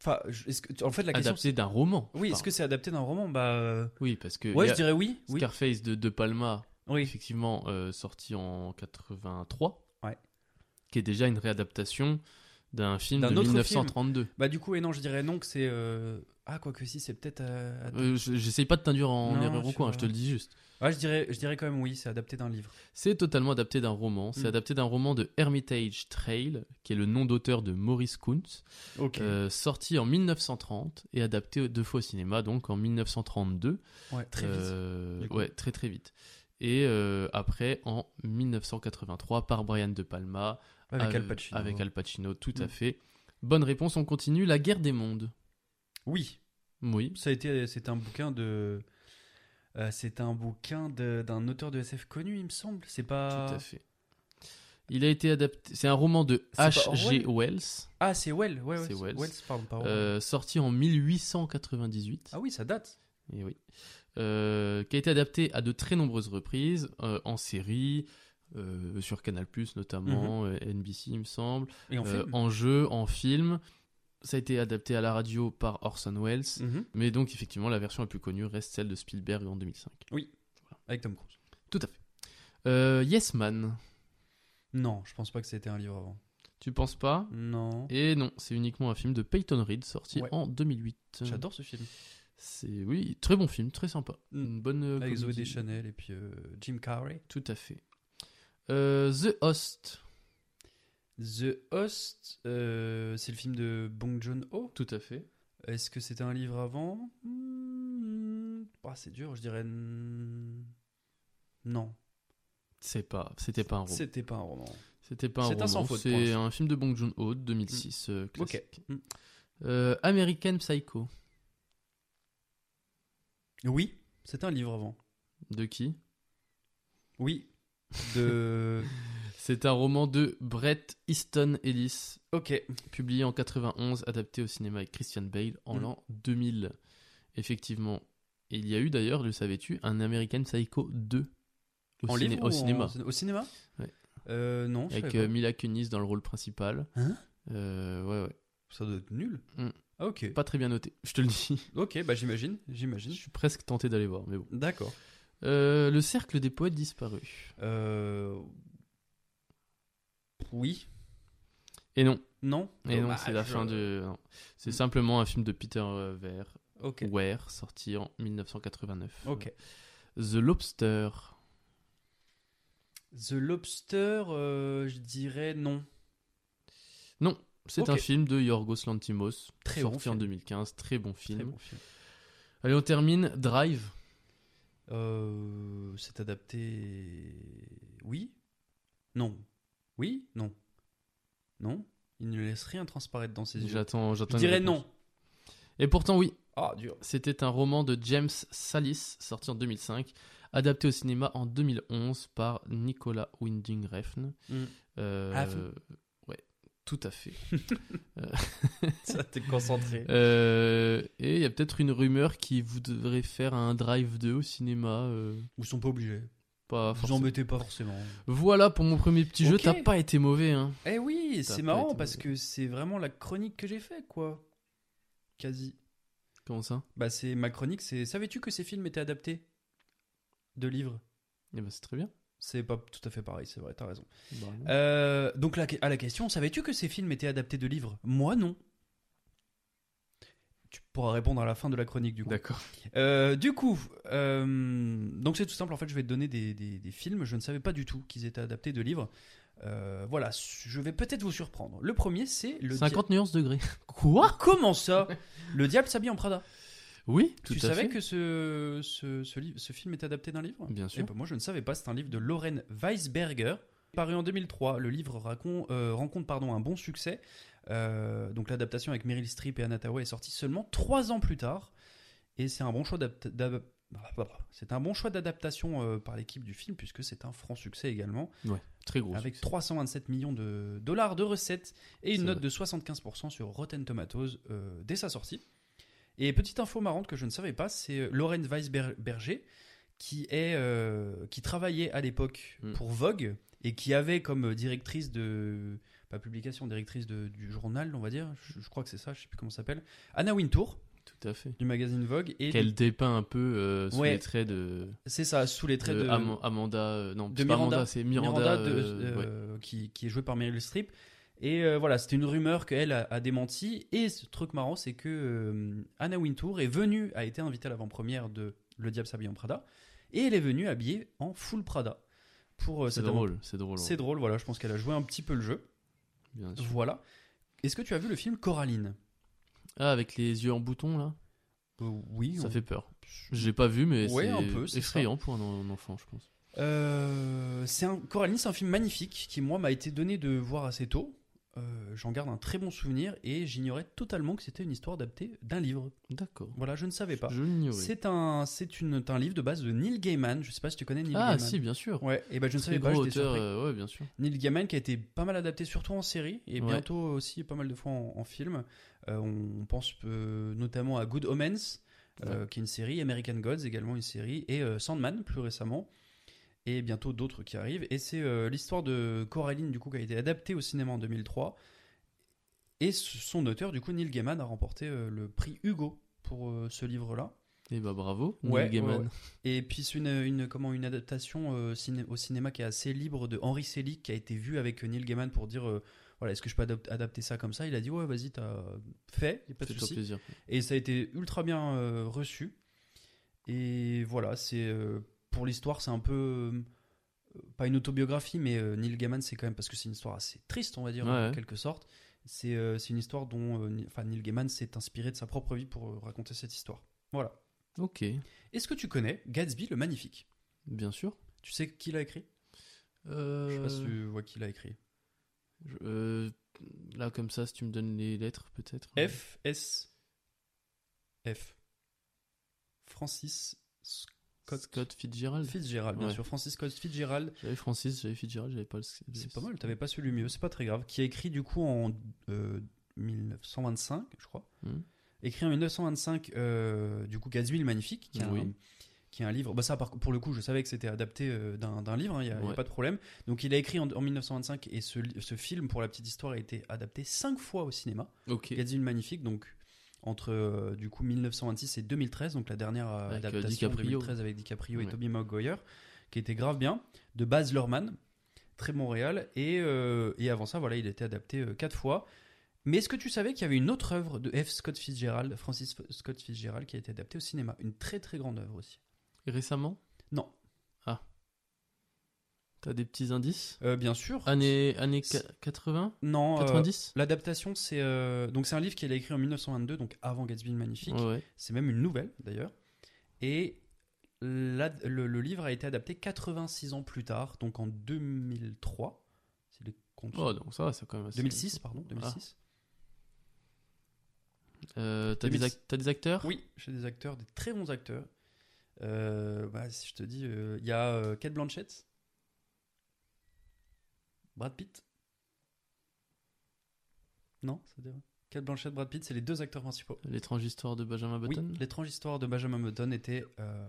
Speaker 6: Enfin, je- est-ce que, en fait, la question.
Speaker 5: adapté d'un roman.
Speaker 6: c'est- Oui, est-ce que c'est adapté d'un roman Bah. euh,
Speaker 5: Oui, parce que
Speaker 6: Ouais,
Speaker 5: il y
Speaker 6: je
Speaker 5: a
Speaker 6: dirais oui. Oui.
Speaker 5: Scarface de, de Palma,
Speaker 6: oui.
Speaker 5: effectivement euh, sorti en 83,
Speaker 6: Ouais.
Speaker 5: qui est déjà une réadaptation d'un film
Speaker 6: D'un
Speaker 5: de
Speaker 6: autre
Speaker 5: 1932.
Speaker 6: Bah, du coup, et non, je dirais non que c'est. euh, Ah, quoi que si, c'est peut-être. euh, adapté-
Speaker 5: Euh, je- J'essaye pas de t'induire en
Speaker 6: Non,
Speaker 5: erreur ou
Speaker 6: je
Speaker 5: quoi, hein,
Speaker 6: vois.
Speaker 5: je te le dis juste.
Speaker 6: Ouais, je dirais, je dirais quand même oui, c'est adapté d'un livre.
Speaker 5: C'est totalement adapté d'un roman. C'est
Speaker 6: Mm.
Speaker 5: adapté d'un roman de Hermitage Trail, qui est le nom d'auteur de Maurice Kuntz,
Speaker 6: Ok.
Speaker 5: euh, sorti en 1930 et adapté deux fois au cinéma, donc en 1932.
Speaker 6: ouais, très vite.
Speaker 5: Euh,
Speaker 6: du coup.
Speaker 5: ouais, très très vite. Et euh, après, en 1983, par Brian De Palma,
Speaker 6: avec
Speaker 5: Ave-
Speaker 6: Al Pacino.
Speaker 5: euh, Avec Al Pacino, tout à
Speaker 6: Mm.
Speaker 5: fait. Bonne réponse, on continue. La guerre des mondes.
Speaker 6: Oui,
Speaker 5: Oui.
Speaker 6: ça a été. C'est un bouquin de. euh, c'est un bouquin de- d'un auteur de SF connu, il me semble. C'est pas.
Speaker 5: Tout à fait. Il a été adapté. C'est un roman de
Speaker 6: C'est pas
Speaker 5: H.G.
Speaker 6: Orwell
Speaker 5: Wells,
Speaker 6: Ah, c'est Well. Ouais, ouais,
Speaker 5: C'est Wells.
Speaker 6: pardon, pas Orwell.
Speaker 5: euh, sorti en 1898.
Speaker 6: Ah oui, ça date.
Speaker 5: Et Eh oui. Euh, qui a été adapté à de très nombreuses reprises, euh, en série, euh, sur Canal, notamment, euh, NBC, il me semble,
Speaker 6: Et Mhm. en
Speaker 5: euh,
Speaker 6: film.
Speaker 5: en jeu, en film. Ça a été adapté à la radio par Orson Welles.
Speaker 6: Mhm.
Speaker 5: Mais donc, effectivement, la version la plus connue reste celle de Spielberg en 2005.
Speaker 6: Avec Tom Cruise.
Speaker 5: Tout à fait. Euh, yes Man,
Speaker 6: Non, je pense pas que c'était un livre avant.
Speaker 5: tu penses pas
Speaker 6: Non.
Speaker 5: Et non, c'est uniquement un film de Peyton Reed sorti
Speaker 6: Ouais.
Speaker 5: en 2008.
Speaker 6: J'adore ce film.
Speaker 5: C'est oui, très bon film, très sympa.
Speaker 6: Mm.
Speaker 5: Une bonne euh,
Speaker 6: Avec Zoé
Speaker 5: comédie.
Speaker 6: Deschanel et puis euh, Jim Carrey.
Speaker 5: Tout à fait. Euh, The Host,
Speaker 6: The Host, euh, c'est le film de Bong Joon-ho.
Speaker 5: tout à fait.
Speaker 6: Est-ce que c'était un livre avant Hmm. Ah, C'est dur, je dirais. n- Non,
Speaker 5: C'est pas, c'était pas un roman.
Speaker 6: c'était pas un roman.
Speaker 5: C'était pas un
Speaker 6: c'est un
Speaker 5: roman.
Speaker 6: sans faute, pour
Speaker 5: c'est
Speaker 6: l'instant.
Speaker 5: un film de Bong Joon-ho de 2006 euh,
Speaker 6: Ok.
Speaker 5: classique.
Speaker 6: Mm.
Speaker 5: Euh, American Psycho,
Speaker 6: Oui, c'était un livre avant.
Speaker 5: de qui
Speaker 6: Oui. De.
Speaker 5: C'est un roman de Brett Easton Ellis,
Speaker 6: ok.
Speaker 5: publié en 91, adapté au cinéma avec Christian Bale en
Speaker 6: Mm.
Speaker 5: l'an 2000. Effectivement. Et il y a eu d'ailleurs, le savais-tu, un American Psycho 2 au,
Speaker 6: En
Speaker 5: ciné-
Speaker 6: livre
Speaker 5: au
Speaker 6: ou en-
Speaker 5: cinéma.
Speaker 6: Au cinéma
Speaker 5: Ouais.
Speaker 6: Euh, non, je
Speaker 5: Avec
Speaker 6: savais
Speaker 5: euh,
Speaker 6: pas.
Speaker 5: Mila Kunis dans le rôle principal.
Speaker 6: Hein
Speaker 5: Euh, ouais, ouais.
Speaker 6: Ça doit être nul.
Speaker 5: Mm.
Speaker 6: Ah, ok.
Speaker 5: Pas très bien noté, je te le dis.
Speaker 6: Ok, bah j'imagine,
Speaker 5: Je
Speaker 6: j'imagine.
Speaker 5: suis presque tenté d'aller voir, mais bon.
Speaker 6: D'accord.
Speaker 5: Euh, le cercle des poètes disparus.
Speaker 6: Euh... Oui.
Speaker 5: Et non,
Speaker 6: Non.
Speaker 5: et non,
Speaker 6: Dommage. euh.
Speaker 5: c'est la fin de. non. C'est simplement un film de Peter euh, Weir,
Speaker 6: Ok.
Speaker 5: Weir, sorti en 1989.
Speaker 6: Ok.
Speaker 5: The Lobster.
Speaker 6: The Lobster, euh, je dirais non.
Speaker 5: Non, c'est
Speaker 6: Ok.
Speaker 5: un film de Yorgos Lantimos,
Speaker 6: Très bon
Speaker 5: sorti en
Speaker 6: film.
Speaker 5: 2015, très bon film.
Speaker 6: Très bon film.
Speaker 5: Allez, on termine. Drive.
Speaker 6: Euh, c'est adapté. Oui. Non. Oui. Non. Non. Il ne laisse rien transparaître dans ses yeux.
Speaker 5: J'attends,
Speaker 6: Je
Speaker 5: j'attends. une
Speaker 6: dirais
Speaker 5: réponse.
Speaker 6: non.
Speaker 5: Et pourtant, oui.
Speaker 6: Ah, dur.
Speaker 5: C'était un roman de James Salis, sorti en 2005, adapté au cinéma en 2011 par Nicolas Winding Refn.
Speaker 6: Mm.
Speaker 5: Euh,
Speaker 6: Refn.
Speaker 5: ouais, tout à fait.
Speaker 6: Ça t'es concentré.
Speaker 5: Euh, et il y a peut-être une rumeur qui vous devrait faire un Drive 2 au cinéma. euh,
Speaker 6: Ou sont pas obligés.
Speaker 5: pas
Speaker 6: Vous
Speaker 5: forcément.
Speaker 6: embêtez pas forcément.
Speaker 5: Voilà pour mon premier petit jeu.
Speaker 6: Ok.
Speaker 5: T'as pas été mauvais, hein.
Speaker 6: Eh oui,
Speaker 5: T'as
Speaker 6: c'est
Speaker 5: pas
Speaker 6: marrant
Speaker 5: été
Speaker 6: parce
Speaker 5: mauvais.
Speaker 6: que c'est vraiment la chronique que j'ai fait, quoi. Quasi.
Speaker 5: Comment ça
Speaker 6: Bah c'est ma chronique, c'est savais-tu que ces films étaient adaptés de livres
Speaker 5: Eh ben, c'est très bien.
Speaker 6: C'est pas tout à fait pareil, c'est vrai, t'as raison.
Speaker 5: Bravo.
Speaker 6: Euh, donc la- à la question, savais-tu que ces films étaient adaptés de livres Moi non. Tu pourras répondre à la fin de la chronique du coup.
Speaker 5: D'accord.
Speaker 6: Euh, du coup, euh, donc c'est tout simple. En fait, je vais te donner des, des- des films. Je ne savais pas du tout qu'ils étaient adaptés de livres. Euh, voilà, je vais peut-être vous surprendre. Le premier, c'est le. dia-
Speaker 5: 50 nuances degrés. Quoi
Speaker 6: Comment ça Le diable s'habille en Prada.
Speaker 5: Oui, tout
Speaker 6: tu
Speaker 5: à
Speaker 6: savais
Speaker 5: fait.
Speaker 6: que ce, ce, ce livre- ce film est adapté d'un livre
Speaker 5: Bien sûr.
Speaker 6: Eh ben, moi, je ne savais pas. C'est un livre de Lorraine Weisberger, paru en 2003. Le livre racon- euh, rencontre pardon, un bon succès. Euh, donc, l'adaptation avec Meryl Streep et Anna Tawai est sortie seulement trois ans plus tard. Et c'est un bon choix d'adap- d'adap- C'est un bon choix d'adaptation euh, par l'équipe du film, puisque c'est un franc succès également,
Speaker 5: Ouais, très gros.
Speaker 6: avec
Speaker 5: succès.
Speaker 6: 327 millions de dollars de recettes et une
Speaker 5: C'est
Speaker 6: note
Speaker 5: vrai.
Speaker 6: de 75% sur Rotten Tomatoes euh, dès sa sortie. Et petite info marrante que je ne savais pas, c'est euh, Lauren Weisberger qui est euh, qui travaillait à l'époque
Speaker 5: Mm.
Speaker 6: pour Vogue et qui avait comme directrice de pas publication, directrice de- du journal, on va dire. Je, je crois que c'est ça, je sais plus comment ça s'appelle. Anna Wintour
Speaker 5: Tout à fait.
Speaker 6: du magazine Vogue et
Speaker 5: Qu'elle dépeint un peu euh, sous
Speaker 6: Ouais.
Speaker 5: les traits de,
Speaker 6: c'est ça sous les traits
Speaker 5: de
Speaker 6: de,
Speaker 5: Am- Amanda. euh, non,
Speaker 6: de
Speaker 5: c'est pas
Speaker 6: Miranda.
Speaker 5: Amanda, c'est Miranda.
Speaker 6: Miranda de-
Speaker 5: euh, ouais.
Speaker 6: euh, qui, qui est jouée par Meryl Streep. Et euh, voilà, c'était une rumeur qu'elle a, a démenti. Et ce truc marrant, c'est que euh, Anna Wintour est venue, a été invitée à l'avant-première de Le Diable s'habille en Prada. Et elle est venue habillée en full Prada. Pour, euh,
Speaker 5: C'est
Speaker 6: cette
Speaker 5: drôle, c'est drôle.
Speaker 6: avant- C'est drôle, voilà, je pense qu'elle a joué un petit peu le jeu.
Speaker 5: Bien sûr.
Speaker 6: Voilà. Est-ce que tu as vu le film Coraline
Speaker 5: Ah, avec les yeux en bouton là,
Speaker 6: Euh, Oui.
Speaker 5: ça fait peur. Je l'ai pas vu, mais
Speaker 6: Ouais,
Speaker 5: c'est
Speaker 6: un peu, c'est
Speaker 5: effrayant pour un, un enfant, je pense.
Speaker 6: Euh, c'est un Coraline, c'est un film magnifique qui moi m'a été donné de voir assez tôt. Euh, J'en garde un très bon souvenir et j'ignorais totalement que c'était une histoire adaptée d'un livre.
Speaker 5: D'accord.
Speaker 6: Voilà, je ne savais pas.
Speaker 5: Je l'ignorais.
Speaker 6: Bah, C'est un, c'est une, un livre de base de Neil Gaiman. Je sais pas si tu connais Neil
Speaker 5: Ah,
Speaker 6: Gaiman.
Speaker 5: si, bien sûr.
Speaker 6: Ouais. Et ben je ne
Speaker 5: Très
Speaker 6: savais
Speaker 5: gros
Speaker 6: pas. j'étais
Speaker 5: auteur,
Speaker 6: surpris.
Speaker 5: euh, ouais, bien sûr.
Speaker 6: Neil Gaiman qui a été pas mal adapté surtout en série et
Speaker 5: Ouais.
Speaker 6: bientôt aussi pas mal de fois en, en film. Euh, on pense euh, notamment à Good Omens euh, qui est une série, American Gods également une série et euh, Sandman plus récemment et bientôt d'autres qui arrivent et c'est euh, l'histoire de Coraline du coup qui a été adaptée au cinéma en 2003 et s- son auteur du coup Neil Gaiman a remporté euh, le prix Hugo pour euh, ce livre là.
Speaker 5: Et bah bravo,
Speaker 6: Ouais,
Speaker 5: Neil Gaiman.
Speaker 6: ouais, ouais. Et puis c'est une, une- comment, une adaptation euh, ciné- au cinéma qui est assez libre de Henry Selick qui a été vu avec Neil Gaiman pour dire euh, voilà est-ce que je peux adap- adapter ça comme ça Il a dit ouais vas-y t'as fait, y a pas de
Speaker 5: Fais-toi
Speaker 6: souci.
Speaker 5: plaisir.
Speaker 6: Et ça a été ultra bien euh, reçu. Et voilà c'est euh, pour l'histoire c'est un peu euh, pas une autobiographie mais euh, Neil Gaiman c'est quand même parce que c'est une histoire assez triste on va dire
Speaker 5: Ouais,
Speaker 6: en
Speaker 5: ouais.
Speaker 6: quelque sorte. C'est euh, c'est une histoire dont euh, Ni- enfin, Neil Gaiman s'est inspiré de sa propre vie pour euh, raconter cette histoire. Voilà.
Speaker 5: Ok,
Speaker 6: Est-ce que tu connais Gatsby le Magnifique
Speaker 5: bien sûr.
Speaker 6: tu sais qui l'a écrit
Speaker 5: Euh,
Speaker 6: Je sais pas si tu vois qui l'a écrit.
Speaker 5: je- euh, là, comme ça, si tu me donnes les lettres, peut-être.
Speaker 6: F S F Francis Scott,
Speaker 5: Scott Fitzgerald.
Speaker 6: Fitzgerald, bien
Speaker 5: Ouais.
Speaker 6: sûr. Francis Scott Fitzgerald.
Speaker 5: J'avais Francis, j'avais Fitzgerald, j'avais pas le.
Speaker 6: C'est pas mal. T'avais pas celui mieux. C'est pas très grave. Qui a écrit du coup en euh, 1925, je crois.
Speaker 5: Mhm.
Speaker 6: écrit en 1925, euh, du coup, Gatsby le Magnifique, qui est,
Speaker 5: Oui.
Speaker 6: un, qui est un livre. Bah, ça, par- pour le coup, je savais que c'était adapté euh, d'un d'un livre, il n'y a, y a
Speaker 5: Ouais.
Speaker 6: pas de problème. Donc, il a écrit en, en 1925, et ce, li- ce film, pour la petite histoire, a été adapté cinq fois au cinéma.
Speaker 5: Ok.
Speaker 6: Gatsby le Magnifique, donc entre euh, du coup 1926 et 2013, donc la dernière euh,
Speaker 5: Avec, euh,
Speaker 6: adaptation en
Speaker 5: DiCaprio.
Speaker 6: 2013 avec DiCaprio et
Speaker 5: Ouais.
Speaker 6: Tobey Maguire, qui était grave bien, de Baz Luhrmann, très Montréal, et, euh, et avant ça, voilà, il était adapté euh, quatre fois. Mais est-ce que tu savais qu'il y avait une autre œuvre de F. Scott Fitzgerald, Francis F- Scott Fitzgerald, qui a été adaptée au cinéma Une très très grande œuvre aussi.
Speaker 5: Et Récemment,
Speaker 6: Non,
Speaker 5: t'as des petits indices
Speaker 6: Euh, bien sûr.
Speaker 5: Année, année
Speaker 6: C'est-
Speaker 5: qua- 80
Speaker 6: Non, euh,
Speaker 5: 90
Speaker 6: l'adaptation, c'est euh, donc c'est un livre qu'il a écrit en 1922, donc avant Gatsby le Magnifique.
Speaker 5: Ouais, ouais.
Speaker 6: C'est même une nouvelle d'ailleurs. Et l'ad- le, le livre a été adapté 86 ans plus tard, donc en 2003. C'est les comptes.
Speaker 5: Oh non, ça va, c'est quand même assez-
Speaker 6: 2006, pardon, 2006.
Speaker 5: Euh, t'as, Des
Speaker 6: 2006.
Speaker 5: act- t'as des acteurs
Speaker 6: Oui, chez des acteurs, des très bons acteurs. Euh, bah, si je te dis, euh, il y a euh, Kate Blanchett, Brad Pitt. Non, ça dirait. Kate Blanchett, Brad Pitt, c'est les deux acteurs principaux.
Speaker 5: L'étrange histoire de Benjamin
Speaker 6: Oui,
Speaker 5: Button
Speaker 6: L'étrange histoire de Benjamin Button était euh,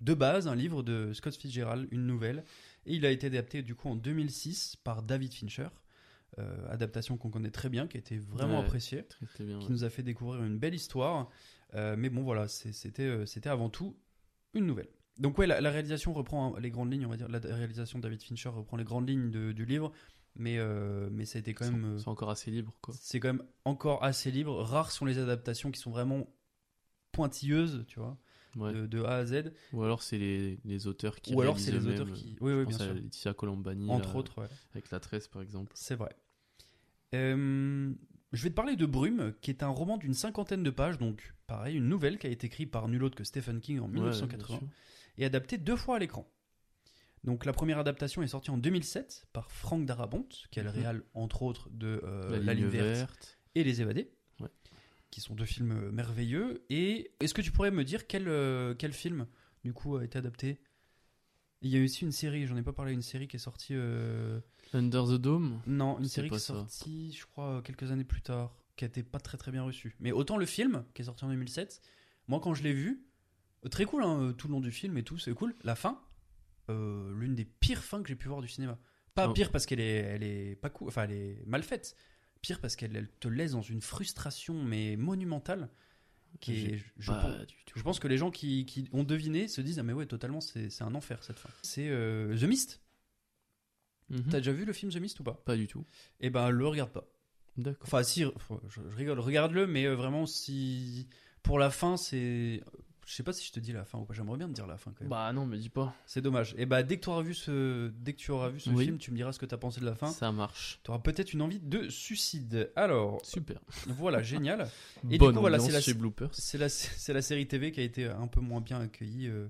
Speaker 6: de base un livre de Scott Fitzgerald, une nouvelle, et il a été adapté du coup en 2006 par David Fincher, euh, adaptation qu'on connaît très bien, qui a été vraiment
Speaker 5: Ouais.
Speaker 6: appréciée,
Speaker 5: Très, très bien.
Speaker 6: qui
Speaker 5: ouais.
Speaker 6: nous a fait découvrir une belle histoire, Euh, mais bon voilà, c'est- c'était euh, c'était avant tout une nouvelle. Donc ouais, la, la réalisation reprend hein, les grandes lignes, on va dire, la réalisation de David Fincher reprend les grandes lignes de- du livre, mais, euh, mais ça a été quand
Speaker 5: Ils sont-
Speaker 6: même... euh,
Speaker 5: Ils sont encore assez libres, quoi.
Speaker 6: c'est quand même encore assez libre. Rares sont les adaptations qui sont vraiment pointilleuses, tu vois,
Speaker 5: Ouais.
Speaker 6: de, de A à Z.
Speaker 5: Ou alors c'est les, les auteurs qui
Speaker 6: Ou alors c'est les
Speaker 5: réalisent
Speaker 6: auteurs
Speaker 5: eux-mêmes. euh,
Speaker 6: qui. Oui,
Speaker 5: Je
Speaker 6: oui,
Speaker 5: pense
Speaker 6: bien
Speaker 5: à euh,
Speaker 6: sûr.
Speaker 5: Laetitia Colombani,
Speaker 6: Entre
Speaker 5: là,
Speaker 6: autres, ouais.
Speaker 5: avec la tresse par exemple.
Speaker 6: c'est vrai. Euh, je vais te parler de Brume, qui est un roman d'une cinquantaine de pages, donc pareil, une nouvelle qui a été écrite par nul autre que Stephen King en
Speaker 5: Ouais,
Speaker 6: 1980
Speaker 5: bien sûr.
Speaker 6: et adaptée deux fois à l'écran. Donc la première adaptation est sortie en 2007 par Frank Darabont, qui est le
Speaker 5: Mhm.
Speaker 6: réal entre autres de euh,
Speaker 5: la, ligne verte.
Speaker 6: et Les Évadés,
Speaker 5: Ouais.
Speaker 6: qui sont deux films euh, merveilleux. Et est-ce que tu pourrais me dire quel, euh, quel film, du coup, a été adapté Il y a eu aussi une série, j'en ai pas parlé, une série qui est sortie. euh,
Speaker 5: Under the Dome.
Speaker 6: Non, une
Speaker 5: C'est
Speaker 6: série qui
Speaker 5: pas
Speaker 6: est
Speaker 5: ça.
Speaker 6: sortie, je crois, quelques années plus tard, qui n'était pas très très bien reçue. Mais autant le film, qui est sorti en 2007, moi quand je l'ai vu, euh, très cool, hein, euh, tout le long du film et tout, c'est cool. La fin, euh, l'une des pires fins que j'ai pu voir du cinéma. Pas
Speaker 5: Oh.
Speaker 6: pire parce qu'elle est, elle est pas cool, enfin elle est mal faite. Pire parce qu'elle elle te laisse dans une frustration mais monumentale. Qui est,
Speaker 5: J'ai
Speaker 6: je, je
Speaker 5: pas
Speaker 6: pense-
Speaker 5: du tout.
Speaker 6: je pense que les gens qui, qui ont deviné se disent ah mais ouais totalement c'est c'est un enfer cette fin. C'est euh, The Mist.
Speaker 5: Mhm.
Speaker 6: T'as déjà vu le film The Mist ou pas
Speaker 5: Pas du tout.
Speaker 6: Eh ben le regarde pas.
Speaker 5: D'accord.
Speaker 6: Enfin, si, je, je rigole, regarde-le, mais euh, vraiment, si. Pour la fin, c'est. Je sais pas si je te dis la fin ou pas, j'aimerais bien te dire la fin quand même.
Speaker 5: Bah non, mais dis pas.
Speaker 6: C'est dommage. Et bah, dès que tu auras vu ce, dès que tu auras vu ce
Speaker 5: Oui.
Speaker 6: film, tu me diras ce que t'as pensé de la fin.
Speaker 5: Ça marche.
Speaker 6: Tu auras peut-être une envie de suicide. Alors,
Speaker 5: Super.
Speaker 6: voilà, génial. Et du
Speaker 5: Bonne
Speaker 6: coup, voilà,
Speaker 5: ambiance
Speaker 6: c'est la-
Speaker 5: chez Bloopers.
Speaker 6: C'est la, c'est la série TV qui a été un peu moins bien accueillie euh,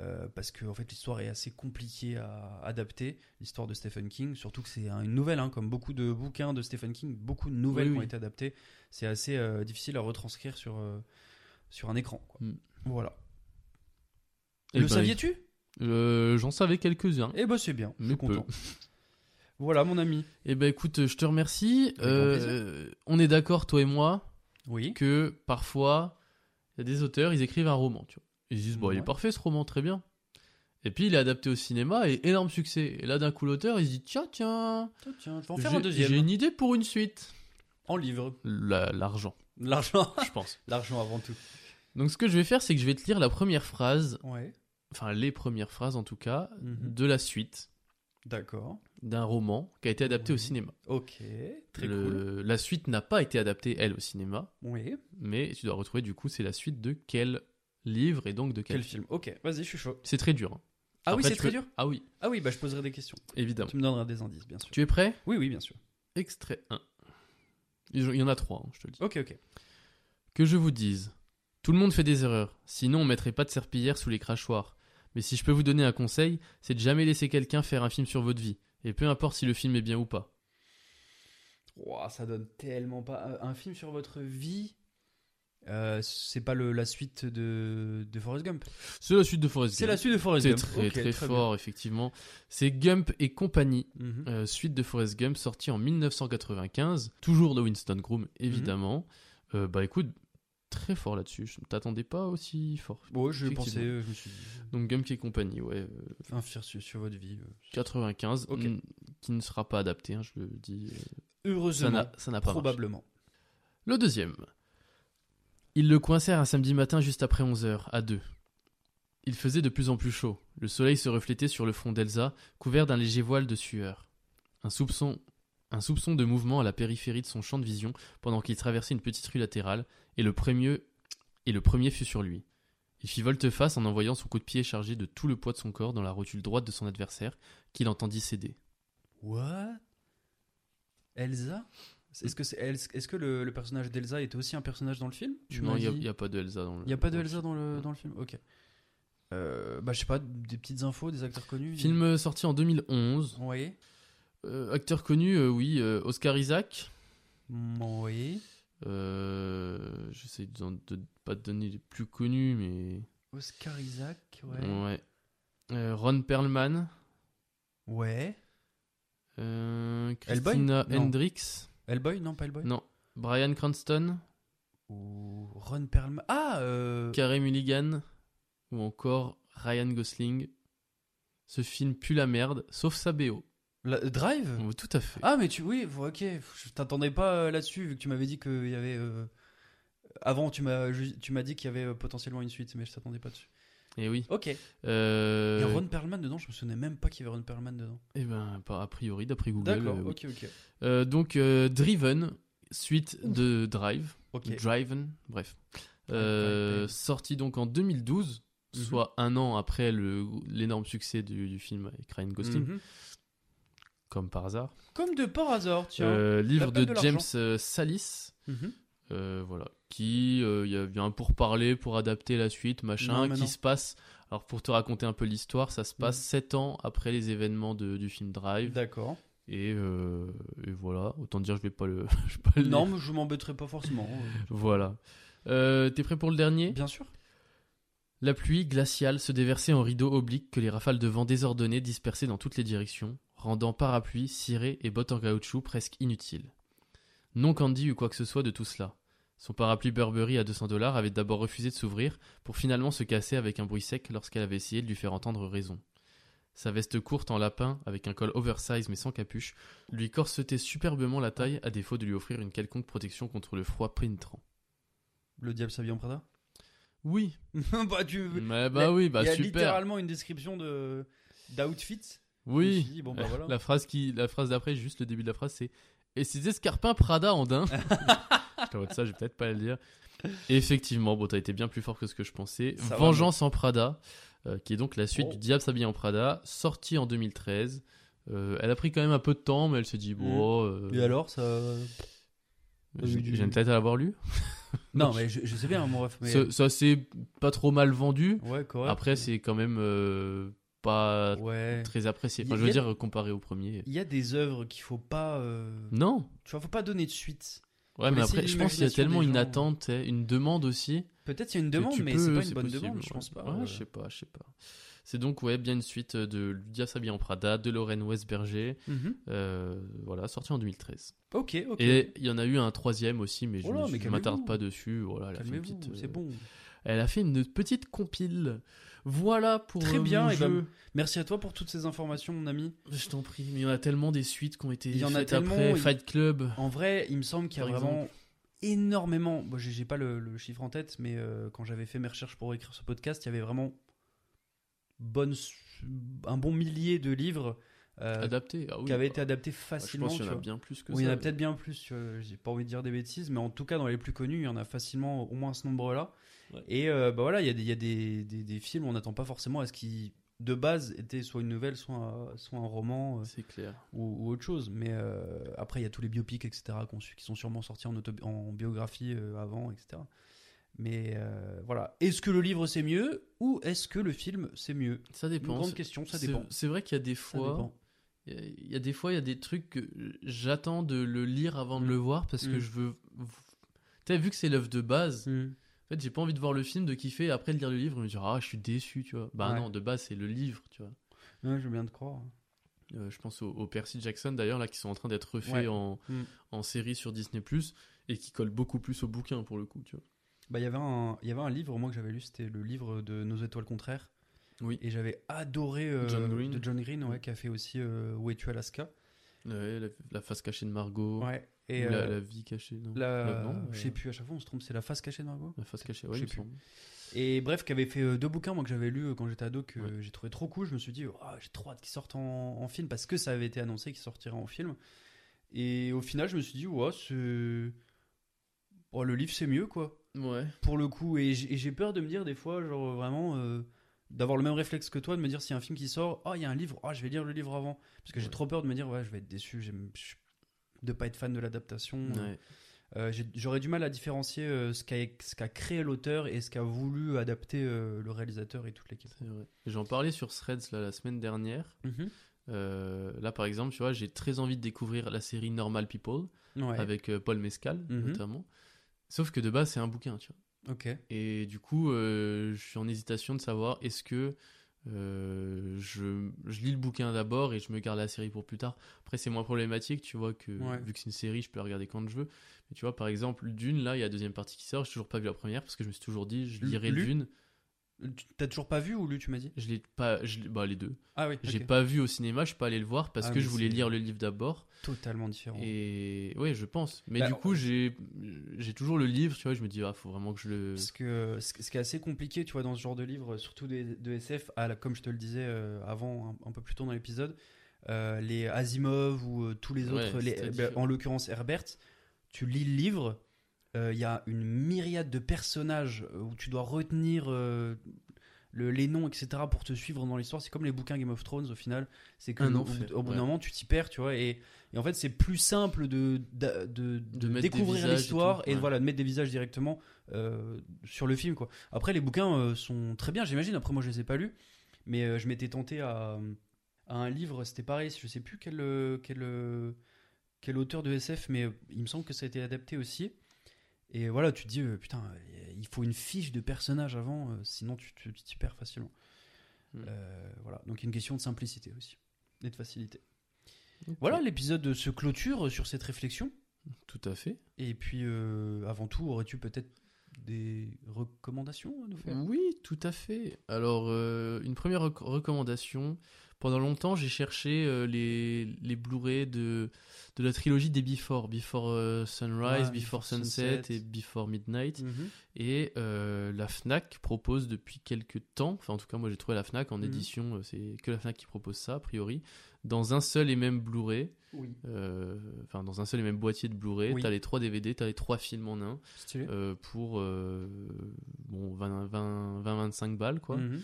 Speaker 6: euh, parce que en fait, l'histoire est assez compliquée à adapter, l'histoire de Stephen King, surtout que c'est un- une nouvelle, hein, comme beaucoup de bouquins de Stephen King, beaucoup de nouvelles
Speaker 5: Oui,
Speaker 6: qui ont
Speaker 5: oui.
Speaker 6: été adaptées. C'est assez euh, difficile à retranscrire sur, euh, sur un écran. quoi.
Speaker 5: Mm.
Speaker 6: Voilà.
Speaker 5: Eh
Speaker 6: Le
Speaker 5: ben,
Speaker 6: saviez-tu
Speaker 5: euh, J'en savais quelques-uns.
Speaker 6: Eh ben, c'est bien, je suis
Speaker 5: Mais peu.
Speaker 6: content. voilà, mon ami.
Speaker 5: Eh ben écoute, je te remercie.
Speaker 6: grand
Speaker 5: Euh, on est d'accord, toi et moi,
Speaker 6: Oui.
Speaker 5: que parfois, il y a des auteurs, ils écrivent un roman, tu vois. Ils se disent, bon, il est
Speaker 6: Ouais.
Speaker 5: parfait ce roman, très bien. Et puis il est adapté au cinéma et énorme succès. Et là, d'un coup, l'auteur, il se dit, tiens, tiens,
Speaker 6: Tiens, je vais en faire un
Speaker 5: j'ai j'ai
Speaker 6: deuxième.
Speaker 5: une idée pour une suite.
Speaker 6: En livre.
Speaker 5: La- L'argent,
Speaker 6: L'argent.
Speaker 5: je pense.
Speaker 6: L'argent avant tout.
Speaker 5: Donc ce que je vais faire, c'est que je vais te lire la première phrase,
Speaker 6: Ouais.
Speaker 5: enfin les premières phrases en tout cas,
Speaker 6: Mhm.
Speaker 5: de la suite
Speaker 6: D'accord.
Speaker 5: d'un roman qui a été adapté au
Speaker 6: Ouais.
Speaker 5: cinéma.
Speaker 6: Ok. Très cool.
Speaker 5: Le- La suite n'a pas été adaptée, elle, au cinéma.
Speaker 6: Oui.
Speaker 5: mais tu dois retrouver du coup c'est la suite de quel livre et donc de quel,
Speaker 6: Quel film Ok, vas-y, je suis chaud.
Speaker 5: C'est très dur. hein.
Speaker 6: Ah oui,
Speaker 5: Après,
Speaker 6: c'est
Speaker 5: tu
Speaker 6: très
Speaker 5: peux-
Speaker 6: dur
Speaker 5: Ah oui,
Speaker 6: Ah oui, bah je poserai des questions.
Speaker 5: évidemment.
Speaker 6: Tu me donneras des indices, bien sûr.
Speaker 5: Tu es prêt
Speaker 6: Oui, oui, bien sûr.
Speaker 5: Extrait 1. Il y en a trois, hein, je te le dis.
Speaker 6: Ok, ok.
Speaker 5: Que je vous dise, tout le monde fait des erreurs, sinon on mettrait pas de serpillière sous les crachoirs. Mais si je peux vous donner un conseil, c'est de jamais laisser quelqu'un faire un film sur votre vie, et peu importe si le film est bien ou pas.
Speaker 6: Ouah, ça donne tellement pas. Euh, Un film sur votre vie. euh, c'est pas le, la suite de, de Forrest Gump.
Speaker 5: C'est la suite de Forrest
Speaker 6: C'est
Speaker 5: Gump.
Speaker 6: la suite de Forrest Gump.
Speaker 5: C'est très
Speaker 6: Ok,
Speaker 5: très
Speaker 6: bien.
Speaker 5: fort, effectivement. C'est Gump et compagnie,
Speaker 6: Mhm.
Speaker 5: Euh, suite de Forrest
Speaker 6: Mhm.
Speaker 5: Gump, sortie en 1995, toujours de Winston Groom, évidemment. Euh, bah écoute, très fort là-dessus. Je ne t'attendais pas aussi fort.
Speaker 6: Bon, je pensais,
Speaker 5: Effectivement.
Speaker 6: euh, je me suis dit,
Speaker 5: Donc Gumk et compagnie, ouais. euh,
Speaker 6: un fier sur, sur votre vie. euh.
Speaker 5: 95,
Speaker 6: Ok.
Speaker 5: mm, qui ne sera pas adapté, hein, je le dis. euh, Ça
Speaker 6: Heureusement,
Speaker 5: n'a ça n'a pas marché.
Speaker 6: probablement.
Speaker 5: Le deuxième. Ils le coincèrent un samedi matin juste après 11h, à deux. Il faisait de plus en plus chaud. Le soleil se reflétait sur le front d'Elsa, couvert d'un léger voile de sueur. Un soupçon, un soupçon de mouvement à la périphérie de son champ de vision pendant qu'il traversait une petite rue latérale, et le premier, et le premier fut sur lui. Il fit volte-face en envoyant son coup de pied chargé de tout le poids de son corps dans la rotule droite de son adversaire, qu'il entendit céder.
Speaker 6: What Elsa Est-ce que, c'est El- est-ce que le, le personnage d'Elsa était aussi un personnage dans le film Tu
Speaker 5: non,
Speaker 6: m'as
Speaker 5: il
Speaker 6: dit-
Speaker 5: n'y a, pas de Elsa dans le.
Speaker 6: Il n'y a pas
Speaker 5: dans
Speaker 6: de
Speaker 5: le
Speaker 6: Elsa
Speaker 5: film.
Speaker 6: dans le,
Speaker 5: Non.
Speaker 6: dans le film Ok. Euh, bah, je sais pas, des petites infos, des acteurs connus
Speaker 5: Film sorti en 2011.
Speaker 6: Oui.
Speaker 5: Euh, acteur connu, euh, oui, euh, Oscar Isaac.
Speaker 6: Oui.
Speaker 5: Euh, J'essaie de, de pas te donner les plus connus, mais.
Speaker 6: Oscar Isaac, ouais.
Speaker 5: Euh, Ron Perlman.
Speaker 6: Ouais.
Speaker 5: Euh,
Speaker 6: Hellboy
Speaker 5: Christina
Speaker 6: Non.
Speaker 5: Hendricks.
Speaker 6: Hellboy Non, pas Hellboy
Speaker 5: Non. Brian Cranston.
Speaker 6: Ou Ron Perlman. Ah euh...
Speaker 5: Carey Mulligan. Ou encore Ryan Gosling. Ce film pue la merde, sauf sa BO.
Speaker 6: la- Drive
Speaker 5: Oh, Tout à fait.
Speaker 6: Ah, mais tu. Oui, ok. Je t'attendais pas euh, là-dessus, vu que tu m'avais dit qu'il y avait. euh, Avant, tu m'as ju- tu m'as dit qu'il y avait euh, potentiellement une suite, mais je t'attendais pas dessus.
Speaker 5: Et Eh oui.
Speaker 6: Ok.
Speaker 5: Euh,
Speaker 6: Il y a Ron Perlman dedans, je me souvenais même pas qu'il y avait Ron Perlman dedans.
Speaker 5: eh ben, pas a priori, d'après Google.
Speaker 6: D'accord,
Speaker 5: euh, oui.
Speaker 6: ok, ok.
Speaker 5: Euh, donc, euh, Driven, suite de Drive.
Speaker 6: Ok.
Speaker 5: Driven, bref.
Speaker 6: Drive,
Speaker 5: Euh,
Speaker 6: Drive, Drive.
Speaker 5: sorti donc en 2012,
Speaker 6: Mhm.
Speaker 5: soit un an après le- l'énorme succès du, du film avec Ryan Gosling,
Speaker 6: Mhm.
Speaker 5: comme par hasard.
Speaker 6: Comme de par hasard, tiens.
Speaker 5: Euh, livre de,
Speaker 6: peine de
Speaker 5: James
Speaker 6: l'argent.
Speaker 5: euh, Salis,
Speaker 6: Mhm.
Speaker 5: euh, voilà, qui euh, il y a eu un pourparler pour adapter la suite,
Speaker 6: Non,
Speaker 5: machin,
Speaker 6: mais
Speaker 5: qui
Speaker 6: non.
Speaker 5: se passe. Alors pour te raconter un peu l'histoire, ça se passe
Speaker 6: Mhm.
Speaker 5: 7 ans après les événements de- du film Drive.
Speaker 6: D'accord.
Speaker 5: Et, euh, et voilà, autant dire je vais pas le, je vais pas le
Speaker 6: Non,
Speaker 5: lire.
Speaker 6: mais je m'embêterai pas forcément.
Speaker 5: Voilà. Euh, T'es prêt pour le dernier
Speaker 6: Bien sûr.
Speaker 5: La pluie glaciale se déversait en rideaux obliques que les rafales de vent désordonnées dispersaient dans toutes les directions, rendant parapluies, cirés et bottes en caoutchouc presque inutiles. Non Candy eut quoi que ce soit de tout cela. Son parapluie Burberry à 200 dollars avait d'abord refusé de s'ouvrir pour finalement se casser avec un bruit sec lorsqu'elle avait essayé de lui faire entendre raison. Sa veste courte en lapin, avec un col oversize mais sans capuche, lui corsetait superbement la taille à défaut de lui offrir une quelconque protection contre le froid pénétrant.
Speaker 6: Le diable s'habille en Prada
Speaker 5: Oui,
Speaker 6: Bah, tu.
Speaker 5: mais bah oui, bah
Speaker 6: Il y a
Speaker 5: super.
Speaker 6: littéralement une description de d'outfit. Je me
Speaker 5: Oui. Euh,
Speaker 6: suis dit, bon, bah voilà.
Speaker 5: La phrase qui, la phrase d'après, juste le début de la phrase, c'est et ces escarpins Prada en daim. Je vois ça, je vais peut-être pas le dire. Et effectivement, bon, t'as été bien plus fort que ce que je pensais.
Speaker 6: Ça va,
Speaker 5: Vengeance en Prada, euh, qui est donc la suite
Speaker 6: Oh.
Speaker 5: du Diable s'habille en Prada, sortie en 2013. Euh, elle a pris quand même un peu de temps, mais elle s'est dit
Speaker 6: Mm.
Speaker 5: bon. oh, euh,
Speaker 6: Et alors, ça.
Speaker 5: j'ai
Speaker 6: du-
Speaker 5: j'ai une tête à l'avoir lu.
Speaker 6: Non, mais je, je sais bien, mon ref. Mais...
Speaker 5: Ça, ça s'est pas trop mal vendu.
Speaker 6: Ouais, correct.
Speaker 5: Après, c'est quand même euh, pas
Speaker 6: Ouais.
Speaker 5: très apprécié.
Speaker 6: Il y
Speaker 5: Enfin,
Speaker 6: a-
Speaker 5: je veux
Speaker 6: il y a-
Speaker 5: dire comparé au premier.
Speaker 6: Il y a des œuvres qu'il faut pas. euh,
Speaker 5: Non.
Speaker 6: Tu vois, faut pas donner de suite.
Speaker 5: Ouais,
Speaker 6: Faut
Speaker 5: mais
Speaker 6: laisser
Speaker 5: après, je pense qu'il y a
Speaker 6: l'imagination
Speaker 5: tellement
Speaker 6: des
Speaker 5: une
Speaker 6: gens.
Speaker 5: attente, eh, une demande aussi.
Speaker 6: Peut-être il y a une
Speaker 5: que
Speaker 6: demande,
Speaker 5: tu
Speaker 6: mais
Speaker 5: peux- euh,
Speaker 6: c'est pas une bonne
Speaker 5: possible,
Speaker 6: demande,
Speaker 5: ouais.
Speaker 6: je pense pas.
Speaker 5: Ouais,
Speaker 6: euh.
Speaker 5: je sais pas, je sais pas. C'est donc, ouais, bien une suite euh, de Ludia Sabi en Prada, de Lorraine Westberger,
Speaker 6: Mhm.
Speaker 5: euh, voilà, sorti en 2013.
Speaker 6: Ok, ok.
Speaker 5: Et il y en a eu un troisième aussi, mais je
Speaker 6: Oh là,
Speaker 5: me-
Speaker 6: mais
Speaker 5: je m'attarde
Speaker 6: calmez-vous.
Speaker 5: pas dessus. Voilà, elle a fait une
Speaker 6: Calmez-vous,
Speaker 5: petite,
Speaker 6: c'est
Speaker 5: euh,
Speaker 6: bon.
Speaker 5: Elle a fait une petite compile. Voilà pour
Speaker 6: Très
Speaker 5: euh,
Speaker 6: bien,
Speaker 5: mon
Speaker 6: et ben,
Speaker 5: jeu.
Speaker 6: Merci à toi pour toutes ces informations, mon ami.
Speaker 5: Je t'en prie, mais il y en a tellement des suites qui ont été
Speaker 6: Il y en a
Speaker 5: faites
Speaker 6: tellement,
Speaker 5: après
Speaker 6: il- Euh,
Speaker 5: Fight Club.
Speaker 6: En vrai, il me semble qu'il y a
Speaker 5: Ah. Par
Speaker 6: vraiment énormément. Bon, j'ai j'ai pas le, le chiffre en tête, mais euh, quand j'avais fait mes recherches pour écrire ce podcast, il y avait vraiment bonne, un bon millier de livres euh,
Speaker 5: Adapté. Ah oui,
Speaker 6: qui avaient
Speaker 5: bah,
Speaker 6: été adaptés
Speaker 5: bah,
Speaker 6: facilement.
Speaker 5: Je pense qu'il y en
Speaker 6: tu
Speaker 5: a
Speaker 6: vois.
Speaker 5: bien plus que
Speaker 6: Oui,
Speaker 5: ça.
Speaker 6: il y en a peut-être bien plus, tu vois, j'ai pas envie de dire des bêtises, mais en tout cas, dans les plus connus, il y en a facilement au moins ce nombre-là.
Speaker 5: Ouais.
Speaker 6: Et euh, bah voilà, il y a des, il y a des, des- des films, on n'attend pas forcément à ce qui, de base, était soit une nouvelle, soit un, soit un roman euh,
Speaker 5: C'est clair.
Speaker 6: ou, ou autre chose. Mais euh, après, il y a tous les biopics, etc., qu'on su- qui sont sûrement sortis en, auto- en biographie euh, avant, etc. Mais euh, voilà, est-ce que le livre c'est mieux ou est-ce que le film c'est mieux
Speaker 5: Ça
Speaker 6: Une
Speaker 5: dépend.
Speaker 6: grande
Speaker 5: c'est-
Speaker 6: question, ça
Speaker 5: C'est-
Speaker 6: dépend.
Speaker 5: C'est vrai qu'il y a des
Speaker 6: Ça
Speaker 5: fois,
Speaker 6: dépend.
Speaker 5: il y a- il y a des fois, il y a des trucs que j'attends de le lire avant de le voir parce que
Speaker 6: Mm.
Speaker 5: je veux. Tu sais, vu que c'est l'œuvre de base, en fait, j'ai pas envie de voir le film, de kiffer, et après de lire le livre, et me dire ah, je suis déçu, tu vois. Bah
Speaker 6: Ouais.
Speaker 5: non, de base c'est le livre, tu vois.
Speaker 6: Ouais, je veux bien te croire.
Speaker 5: Euh, je pense au, au Percy Jackson d'ailleurs là qui sont en train d'être refaits
Speaker 6: Ouais.
Speaker 5: en,
Speaker 6: Mm.
Speaker 5: en série sur Disney et qui collent beaucoup plus au bouquin pour le coup, tu vois.
Speaker 6: Bah, il y avait un, il y avait un livre, moi, que j'avais lu, c'était le livre de Nos étoiles contraires.
Speaker 5: Oui.
Speaker 6: Et j'avais adoré euh,
Speaker 5: John Green.
Speaker 6: de John Green, ouais, qui a fait aussi euh, Où es-tu Alaska
Speaker 5: Euh, Ouais, la, la face cachée de Margot.
Speaker 6: Ouais. Et
Speaker 5: Ou Oh. la,
Speaker 6: euh,
Speaker 5: la vie cachée, non
Speaker 6: la-
Speaker 5: La- non,
Speaker 6: je
Speaker 5: euh,
Speaker 6: sais plus, à chaque fois on se trompe, c'est la face cachée de Margot.
Speaker 5: La face cachée,
Speaker 6: Je
Speaker 5: ouais,
Speaker 6: sais
Speaker 5: il me
Speaker 6: plus.
Speaker 5: semble.
Speaker 6: Et bref, qui avait fait euh, deux bouquins, moi que j'avais lu euh, quand j'étais ado, que
Speaker 5: Ouais.
Speaker 6: euh, j'ai trouvé trop cool. Je me suis dit, Ah, j'ai trop hâte qu'ils sortent en, en film parce que ça avait été annoncé qu'ils sortiraient en film. Et au final, je me suis dit, ouais, c'est. Oh, le livre c'est mieux quoi,
Speaker 5: Ouais.
Speaker 6: pour le coup. Et j'ai et j'ai peur de me dire des fois, genre euh, vraiment, euh, d'avoir le même réflexe que toi, de me dire si un film qui sort, oh, il y a un livre, oh, je vais lire le livre avant. Parce que j'ai
Speaker 5: Ouais.
Speaker 6: trop peur de me dire, ouais, je vais être déçu, j'aime- je- de pas être fan de l'adaptation.
Speaker 5: Ouais.
Speaker 6: Euh, j'ai- J'aurais du mal à différencier euh, ce qu'a ce qu'a créé l'auteur et ce qu'a voulu adapter euh, le réalisateur et toute l'équipe.
Speaker 5: c'est vrai. J'en parlais sur Threads là, la semaine dernière. Euh, là, par exemple, tu vois, j'ai très envie de découvrir la série Normal People
Speaker 6: Ouais.
Speaker 5: avec euh, Paul Mescal,
Speaker 6: Mhm.
Speaker 5: notamment. Sauf que de base, c'est un bouquin, tu vois.
Speaker 6: Ok.
Speaker 5: Et du coup, euh, je suis en hésitation de savoir est-ce que euh, je, je lis le bouquin d'abord et je me garde la série pour plus tard. Après, c'est moins problématique, tu vois, que
Speaker 6: Ouais.
Speaker 5: vu que c'est une série, je peux la regarder quand je veux. Mais tu vois, par exemple, Dune, là, il y a la deuxième partie qui sort. J'ai toujours pas vu la première parce que je me suis toujours dit, je
Speaker 6: Lu-
Speaker 5: lirai
Speaker 6: lu
Speaker 5: Dune.
Speaker 6: Tu- T'as toujours pas vu ou lu, tu m'as dit
Speaker 5: Je l'ai pas, je l'ai- bah, les deux.
Speaker 6: Ah oui,
Speaker 5: J'ai
Speaker 6: ok.
Speaker 5: pas vu au cinéma, je suis pas allé le voir parce
Speaker 6: Ah,
Speaker 5: que
Speaker 6: mais
Speaker 5: je voulais
Speaker 6: c'est-
Speaker 5: lire le livre d'abord.
Speaker 6: Totalement différent.
Speaker 5: Et ouais, je pense. Mais
Speaker 6: Bah,
Speaker 5: du
Speaker 6: on-
Speaker 5: coup, j'ai, j'ai toujours le livre, tu vois. Je me dis, ah, faut vraiment que je le.
Speaker 6: Parce que euh, ce ce qui est assez compliqué, tu vois, dans ce genre de livre, surtout des- de, SF, à la- comme je te le disais euh, avant, un, un peu plus tôt dans l'épisode, euh, les Asimov ou euh, tous les
Speaker 5: Ouais,
Speaker 6: autres, les-
Speaker 5: c'était
Speaker 6: ben,
Speaker 5: différent.
Speaker 6: en l'occurrence Herbert, tu lis le livre, euh, il y a une myriade de personnages euh, où tu dois retenir euh, le- les noms, etc., pour te suivre dans l'histoire. C'est comme les bouquins Game of Thrones au final. C'est que
Speaker 5: Un
Speaker 6: au,
Speaker 5: enfer,
Speaker 6: bout- au bout
Speaker 5: ouais.
Speaker 6: d'un moment, tu t'y perds, tu vois. Et, et en fait, c'est plus simple de, d'a- de, de
Speaker 5: mettre des
Speaker 6: découvrir
Speaker 5: visages et
Speaker 6: l'histoire
Speaker 5: tout,
Speaker 6: et,
Speaker 5: ouais.
Speaker 6: voilà, de mettre des visages directement euh, sur le film. Quoi. Après, les bouquins euh, sont très bien, j'imagine. Après, moi, je les ai pas lus, mais euh, je m'étais tenté à, à un livre, c'était pareil, je sais plus quel, euh, quel, euh, quel auteur de SF, mais euh, il me semble que ça a été adapté aussi. Et voilà, tu te dis, euh, putain, euh, il faut une fiche de personnage avant, euh, sinon tu tu- tu t'y perds facilement.
Speaker 5: Hmm.
Speaker 6: Euh, voilà, donc il y a une question de simplicité aussi, et de facilité.
Speaker 5: Ok.
Speaker 6: Voilà, l'épisode se clôture sur cette réflexion.
Speaker 5: Tout à fait.
Speaker 6: Et puis, euh, avant tout, aurais-tu peut-être des recommandations à nous faire
Speaker 5: Oui, tout à fait. Alors, euh, une première rec- recommandation. Pendant longtemps, j'ai cherché euh, les, les Blu-ray de, de la trilogie des Before. Before euh, Sunrise, Before,
Speaker 6: Ouais, Ah, Before
Speaker 5: Sunset,
Speaker 6: Sunset.
Speaker 5: et Before Midnight.
Speaker 6: Mm-hmm.
Speaker 5: Et euh, la FNAC propose depuis quelques temps, enfin en tout cas moi j'ai trouvé la FNAC en
Speaker 6: Mhm.
Speaker 5: édition, euh, c'est que la FNAC qui propose ça a priori, dans un seul et même Blu-ray,
Speaker 6: Oui.
Speaker 5: euh, enfin dans un seul et même boîtier de Blu-ray,
Speaker 6: Oui.
Speaker 5: t'as les trois DVD, t'as les trois films en un.
Speaker 6: Stylé.
Speaker 5: euh, pour euh, bon 20 20 20 25 balles quoi
Speaker 6: Mhm.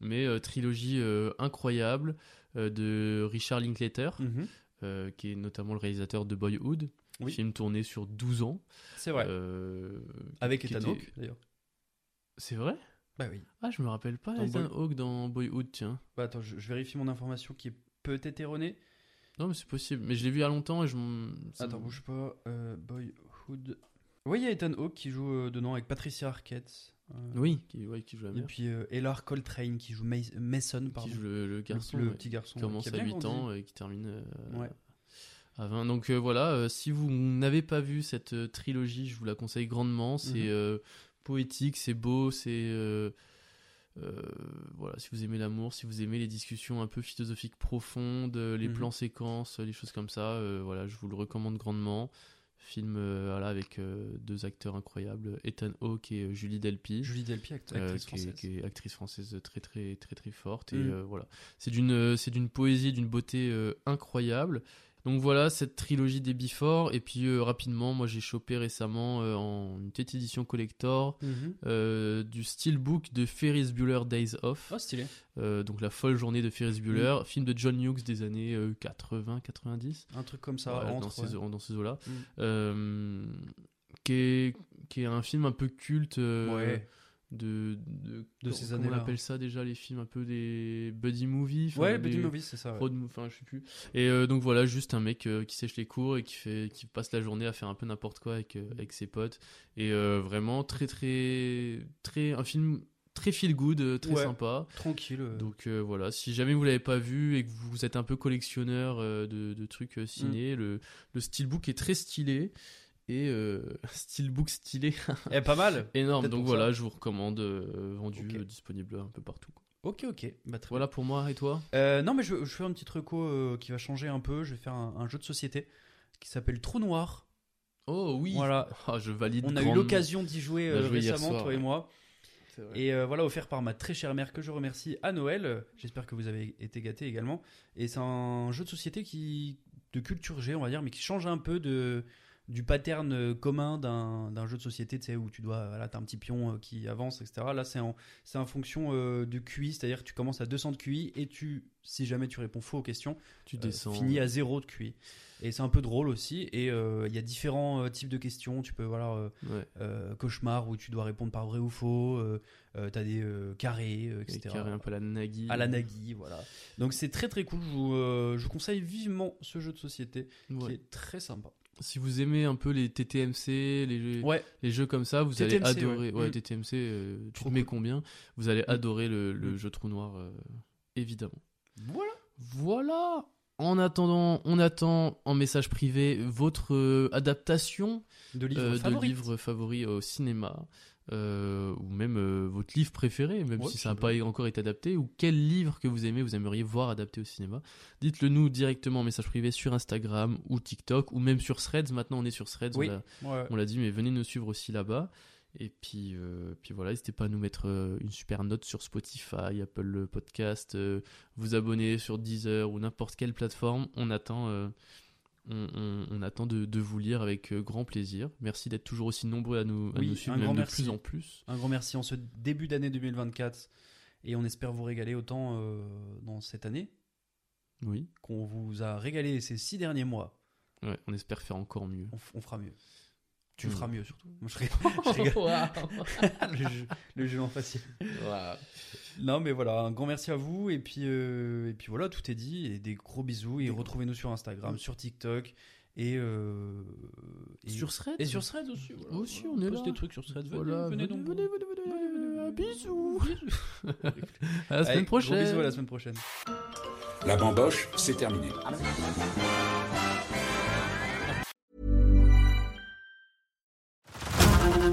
Speaker 5: mais euh, trilogie euh, incroyable euh, de Richard Linklater
Speaker 6: Mhm.
Speaker 5: euh, qui est notamment le réalisateur de Boyhood
Speaker 6: Oui.
Speaker 5: film tourné sur 12 ans
Speaker 6: C'est vrai.
Speaker 5: euh,
Speaker 6: Avec
Speaker 5: qui
Speaker 6: Ethan
Speaker 5: était-
Speaker 6: Hawke, d'ailleurs.
Speaker 5: c'est vrai
Speaker 6: Bah oui.
Speaker 5: ah je me rappelle pas
Speaker 6: Dans
Speaker 5: Ethan
Speaker 6: Boy-
Speaker 5: Hawke dans Boyhood tiens
Speaker 6: Bah attends, je, je vérifie mon information qui est peut-être erronée.
Speaker 5: non mais c'est possible mais je l'ai vu il y a longtemps et je m'en- ça
Speaker 6: Attends,
Speaker 5: me-
Speaker 6: bouge pas. euh, Boyhood. Oui, il y a Ethan Hawke qui joue euh, dedans avec Patricia Arquette. euh,
Speaker 5: oui qui, ouais, qui joue la
Speaker 6: Et
Speaker 5: mère
Speaker 6: puis euh, Ellar Coltrane qui joue Mason, Mason pardon.
Speaker 5: qui joue le, le
Speaker 6: Le-
Speaker 5: garçon
Speaker 6: le,
Speaker 5: ouais.
Speaker 6: petit garçon.
Speaker 5: qui
Speaker 6: ouais,
Speaker 5: commence
Speaker 6: a
Speaker 5: à
Speaker 6: bien
Speaker 5: 8 ans
Speaker 6: grandi.
Speaker 5: et qui termine euh,
Speaker 6: Ouais.
Speaker 5: à 20. Donc euh, voilà, euh, si vous n'avez pas vu cette euh, trilogie, je vous la conseille grandement. C'est
Speaker 6: Mhm.
Speaker 5: euh, poétique, c'est beau, c'est... euh, euh, voilà, si vous aimez l'amour, si vous aimez les discussions un peu philosophiques profondes, euh, les
Speaker 6: Mhm.
Speaker 5: plans séquences, euh, les choses comme ça, euh, voilà, je vous le recommande grandement. Film euh, voilà, avec euh, deux acteurs incroyables, Ethan Hawke et euh, Julie Delpy.
Speaker 6: Julie Delpy, act-
Speaker 5: Euh,
Speaker 6: actrice
Speaker 5: qui, est,
Speaker 6: française.
Speaker 5: qui est actrice française très très très très forte et
Speaker 6: Mm.
Speaker 5: euh, voilà c'est d'une euh, c'est d'une poésie d'une beauté euh, incroyable donc voilà cette trilogie des Before et puis euh, rapidement moi j'ai chopé récemment euh, en une petite édition collector
Speaker 6: Mhm.
Speaker 5: euh, du steelbook de Ferris Bueller Days Off
Speaker 6: Oh, Mm. stylé.
Speaker 5: Euh, donc la folle journée de Ferris Bueller film de John Hughes des années 80 90
Speaker 6: Un truc comme ça.
Speaker 5: voilà,
Speaker 6: entre,
Speaker 5: dans, ces,
Speaker 6: ouais.
Speaker 5: dans ces eaux là
Speaker 6: Mm.
Speaker 5: qui est qui est un film un peu culte euh,
Speaker 6: Ouais.
Speaker 5: de de,
Speaker 6: De ces
Speaker 5: comment
Speaker 6: années-là.
Speaker 5: on appelle ça déjà les films un peu des buddy movies enfin,
Speaker 6: Ouais, Buddy
Speaker 5: des
Speaker 6: Movie, c'est ça. ouais.
Speaker 5: road mo- enfin je sais plus et euh, donc voilà juste un mec euh, qui sèche les cours et qui fait qui passe la journée à faire un peu n'importe quoi avec euh, avec ses potes et euh, vraiment très très très un film très feel good euh, très
Speaker 6: Ouais.
Speaker 5: sympa
Speaker 6: Tranquille. euh.
Speaker 5: donc euh, voilà, si jamais vous l'avez pas vu et que vous
Speaker 6: Mm.
Speaker 5: êtes un peu collectionneur euh, de, de trucs euh, ciné, le, le steelbook est très stylé. Et et euh, steelbook stylé.
Speaker 6: Eh, pas mal.
Speaker 5: Énorme.
Speaker 6: Peut-être
Speaker 5: Donc
Speaker 6: pour
Speaker 5: voilà,
Speaker 6: ça.
Speaker 5: je vous recommande, euh, vendu,
Speaker 6: Ok.
Speaker 5: euh, disponible un peu partout. quoi.
Speaker 6: Ok, ok. Bah, très
Speaker 5: Voilà pour moi et toi
Speaker 6: Euh, non, mais je, je fais un petit reco euh, qui va changer un peu. Je vais faire un, un jeu de société qui s'appelle Trou Noir.
Speaker 5: Oh oui.
Speaker 6: Voilà.
Speaker 5: Ah, je valide.
Speaker 6: On a eu
Speaker 5: grandement.
Speaker 6: l'occasion d'y jouer
Speaker 5: On a
Speaker 6: euh,
Speaker 5: joué hier
Speaker 6: récemment,
Speaker 5: soir,
Speaker 6: toi et
Speaker 5: ouais.
Speaker 6: moi.
Speaker 5: C'est vrai.
Speaker 6: Et euh, voilà, offert par ma très chère mère que je remercie à Noël. Euh, J'espère que vous avez été gâtés également. Et c'est un jeu de société qui de culture G, on va dire, mais qui change un peu de du pattern euh, commun d'un d'un jeu de société, tu sais, où tu dois, euh, voilà, t'as un petit pion euh, qui avance, etc. Là, c'est en, c'est en fonction euh, de QI, c'est-à-dire que tu commences à 200 de QI et tu, si jamais tu réponds faux aux questions,
Speaker 5: tu
Speaker 6: euh,
Speaker 5: descends.
Speaker 6: fini à zéro de QI. Et c'est un peu drôle aussi. Et euh, il y a différents euh, types de questions. Tu peux voilà euh,
Speaker 5: Ouais.
Speaker 6: euh, cauchemar où tu dois répondre par vrai ou faux. Euh, euh, T'as des euh, carrés, euh,
Speaker 5: Et
Speaker 6: etc.
Speaker 5: carré un peu à la Nagui.
Speaker 6: À la Nagui, voilà. Donc c'est très très cool. Je vous, euh, je vous conseille vivement ce jeu de société
Speaker 5: Ouais.
Speaker 6: qui est très sympa.
Speaker 5: Si vous aimez un peu les TTMC, les jeux,
Speaker 6: Ouais,
Speaker 5: les jeux comme ça, vous allez
Speaker 6: TTMC,
Speaker 5: adorer.
Speaker 6: ouais.
Speaker 5: Ouais,
Speaker 6: Mm.
Speaker 5: TTMC, euh, tu
Speaker 6: Trop
Speaker 5: te mets
Speaker 6: cool.
Speaker 5: combien Vous allez adorer le, le
Speaker 6: Mm.
Speaker 5: jeu trou noir, euh, évidemment.
Speaker 6: voilà.
Speaker 5: Voilà. En attendant, on attend en message privé votre euh, adaptation
Speaker 6: De livres
Speaker 5: euh, de
Speaker 6: favoris.
Speaker 5: livres favoris au cinéma. euh, ou même euh, votre livre préféré, même
Speaker 6: Ouais,
Speaker 5: si ça n'a
Speaker 6: c'est
Speaker 5: pas encore été adapté, ou quel livre que vous aimez, vous aimeriez voir adapté au cinéma. Dites-le nous directement en message privé sur Instagram ou TikTok, ou même sur Threads. Maintenant, on est sur Threads,
Speaker 6: Oui.
Speaker 5: on euh, l'a-
Speaker 6: Ouais.
Speaker 5: on l'a dit, mais venez nous suivre aussi là-bas. Et puis, euh, puis voilà, n'hésitez pas à nous mettre euh, une super note sur Spotify, Apple Podcast, euh, vous abonner sur Deezer ou n'importe quelle plateforme. On attend, euh, on, on- on attend de, de vous lire avec euh, grand plaisir. Merci d'être toujours aussi nombreux à nous, à
Speaker 6: Oui,
Speaker 5: nous suivre,
Speaker 6: un
Speaker 5: même
Speaker 6: grand
Speaker 5: de
Speaker 6: merci.
Speaker 5: plus en plus.
Speaker 6: Un grand merci en ce début d'année 2024 et on espère vous régaler autant euh, dans cette année
Speaker 5: Oui,
Speaker 6: qu'on vous a régalé ces six derniers mois.
Speaker 5: ouais, on espère faire encore mieux.
Speaker 6: On, f- on fera mieux. Tu
Speaker 5: Mm.
Speaker 6: feras mieux surtout. Moi, je rigole. Je rigole. le, jeu, le jeu en facile. Non, mais voilà, un grand merci à vous. Et puis, euh, et puis voilà, tout est dit. Et des gros bisous. Et retrouvez-nous sur Instagram, sur TikTok. Et, euh, et-
Speaker 5: Sur Threads
Speaker 6: Et sur Threads aussi. Voilà.
Speaker 5: Aussi, on
Speaker 6: Voilà,
Speaker 5: est
Speaker 6: poste
Speaker 5: là.
Speaker 6: des trucs sur Threads. Venez,
Speaker 5: Voilà, venez,
Speaker 6: venez, donc.
Speaker 5: venez, venez, venez, venez. Bisous. À la
Speaker 6: Allez,
Speaker 5: semaine
Speaker 6: gros bisous,
Speaker 5: prochaine.
Speaker 6: à la semaine prochaine.
Speaker 3: La bamboche, c'est terminé.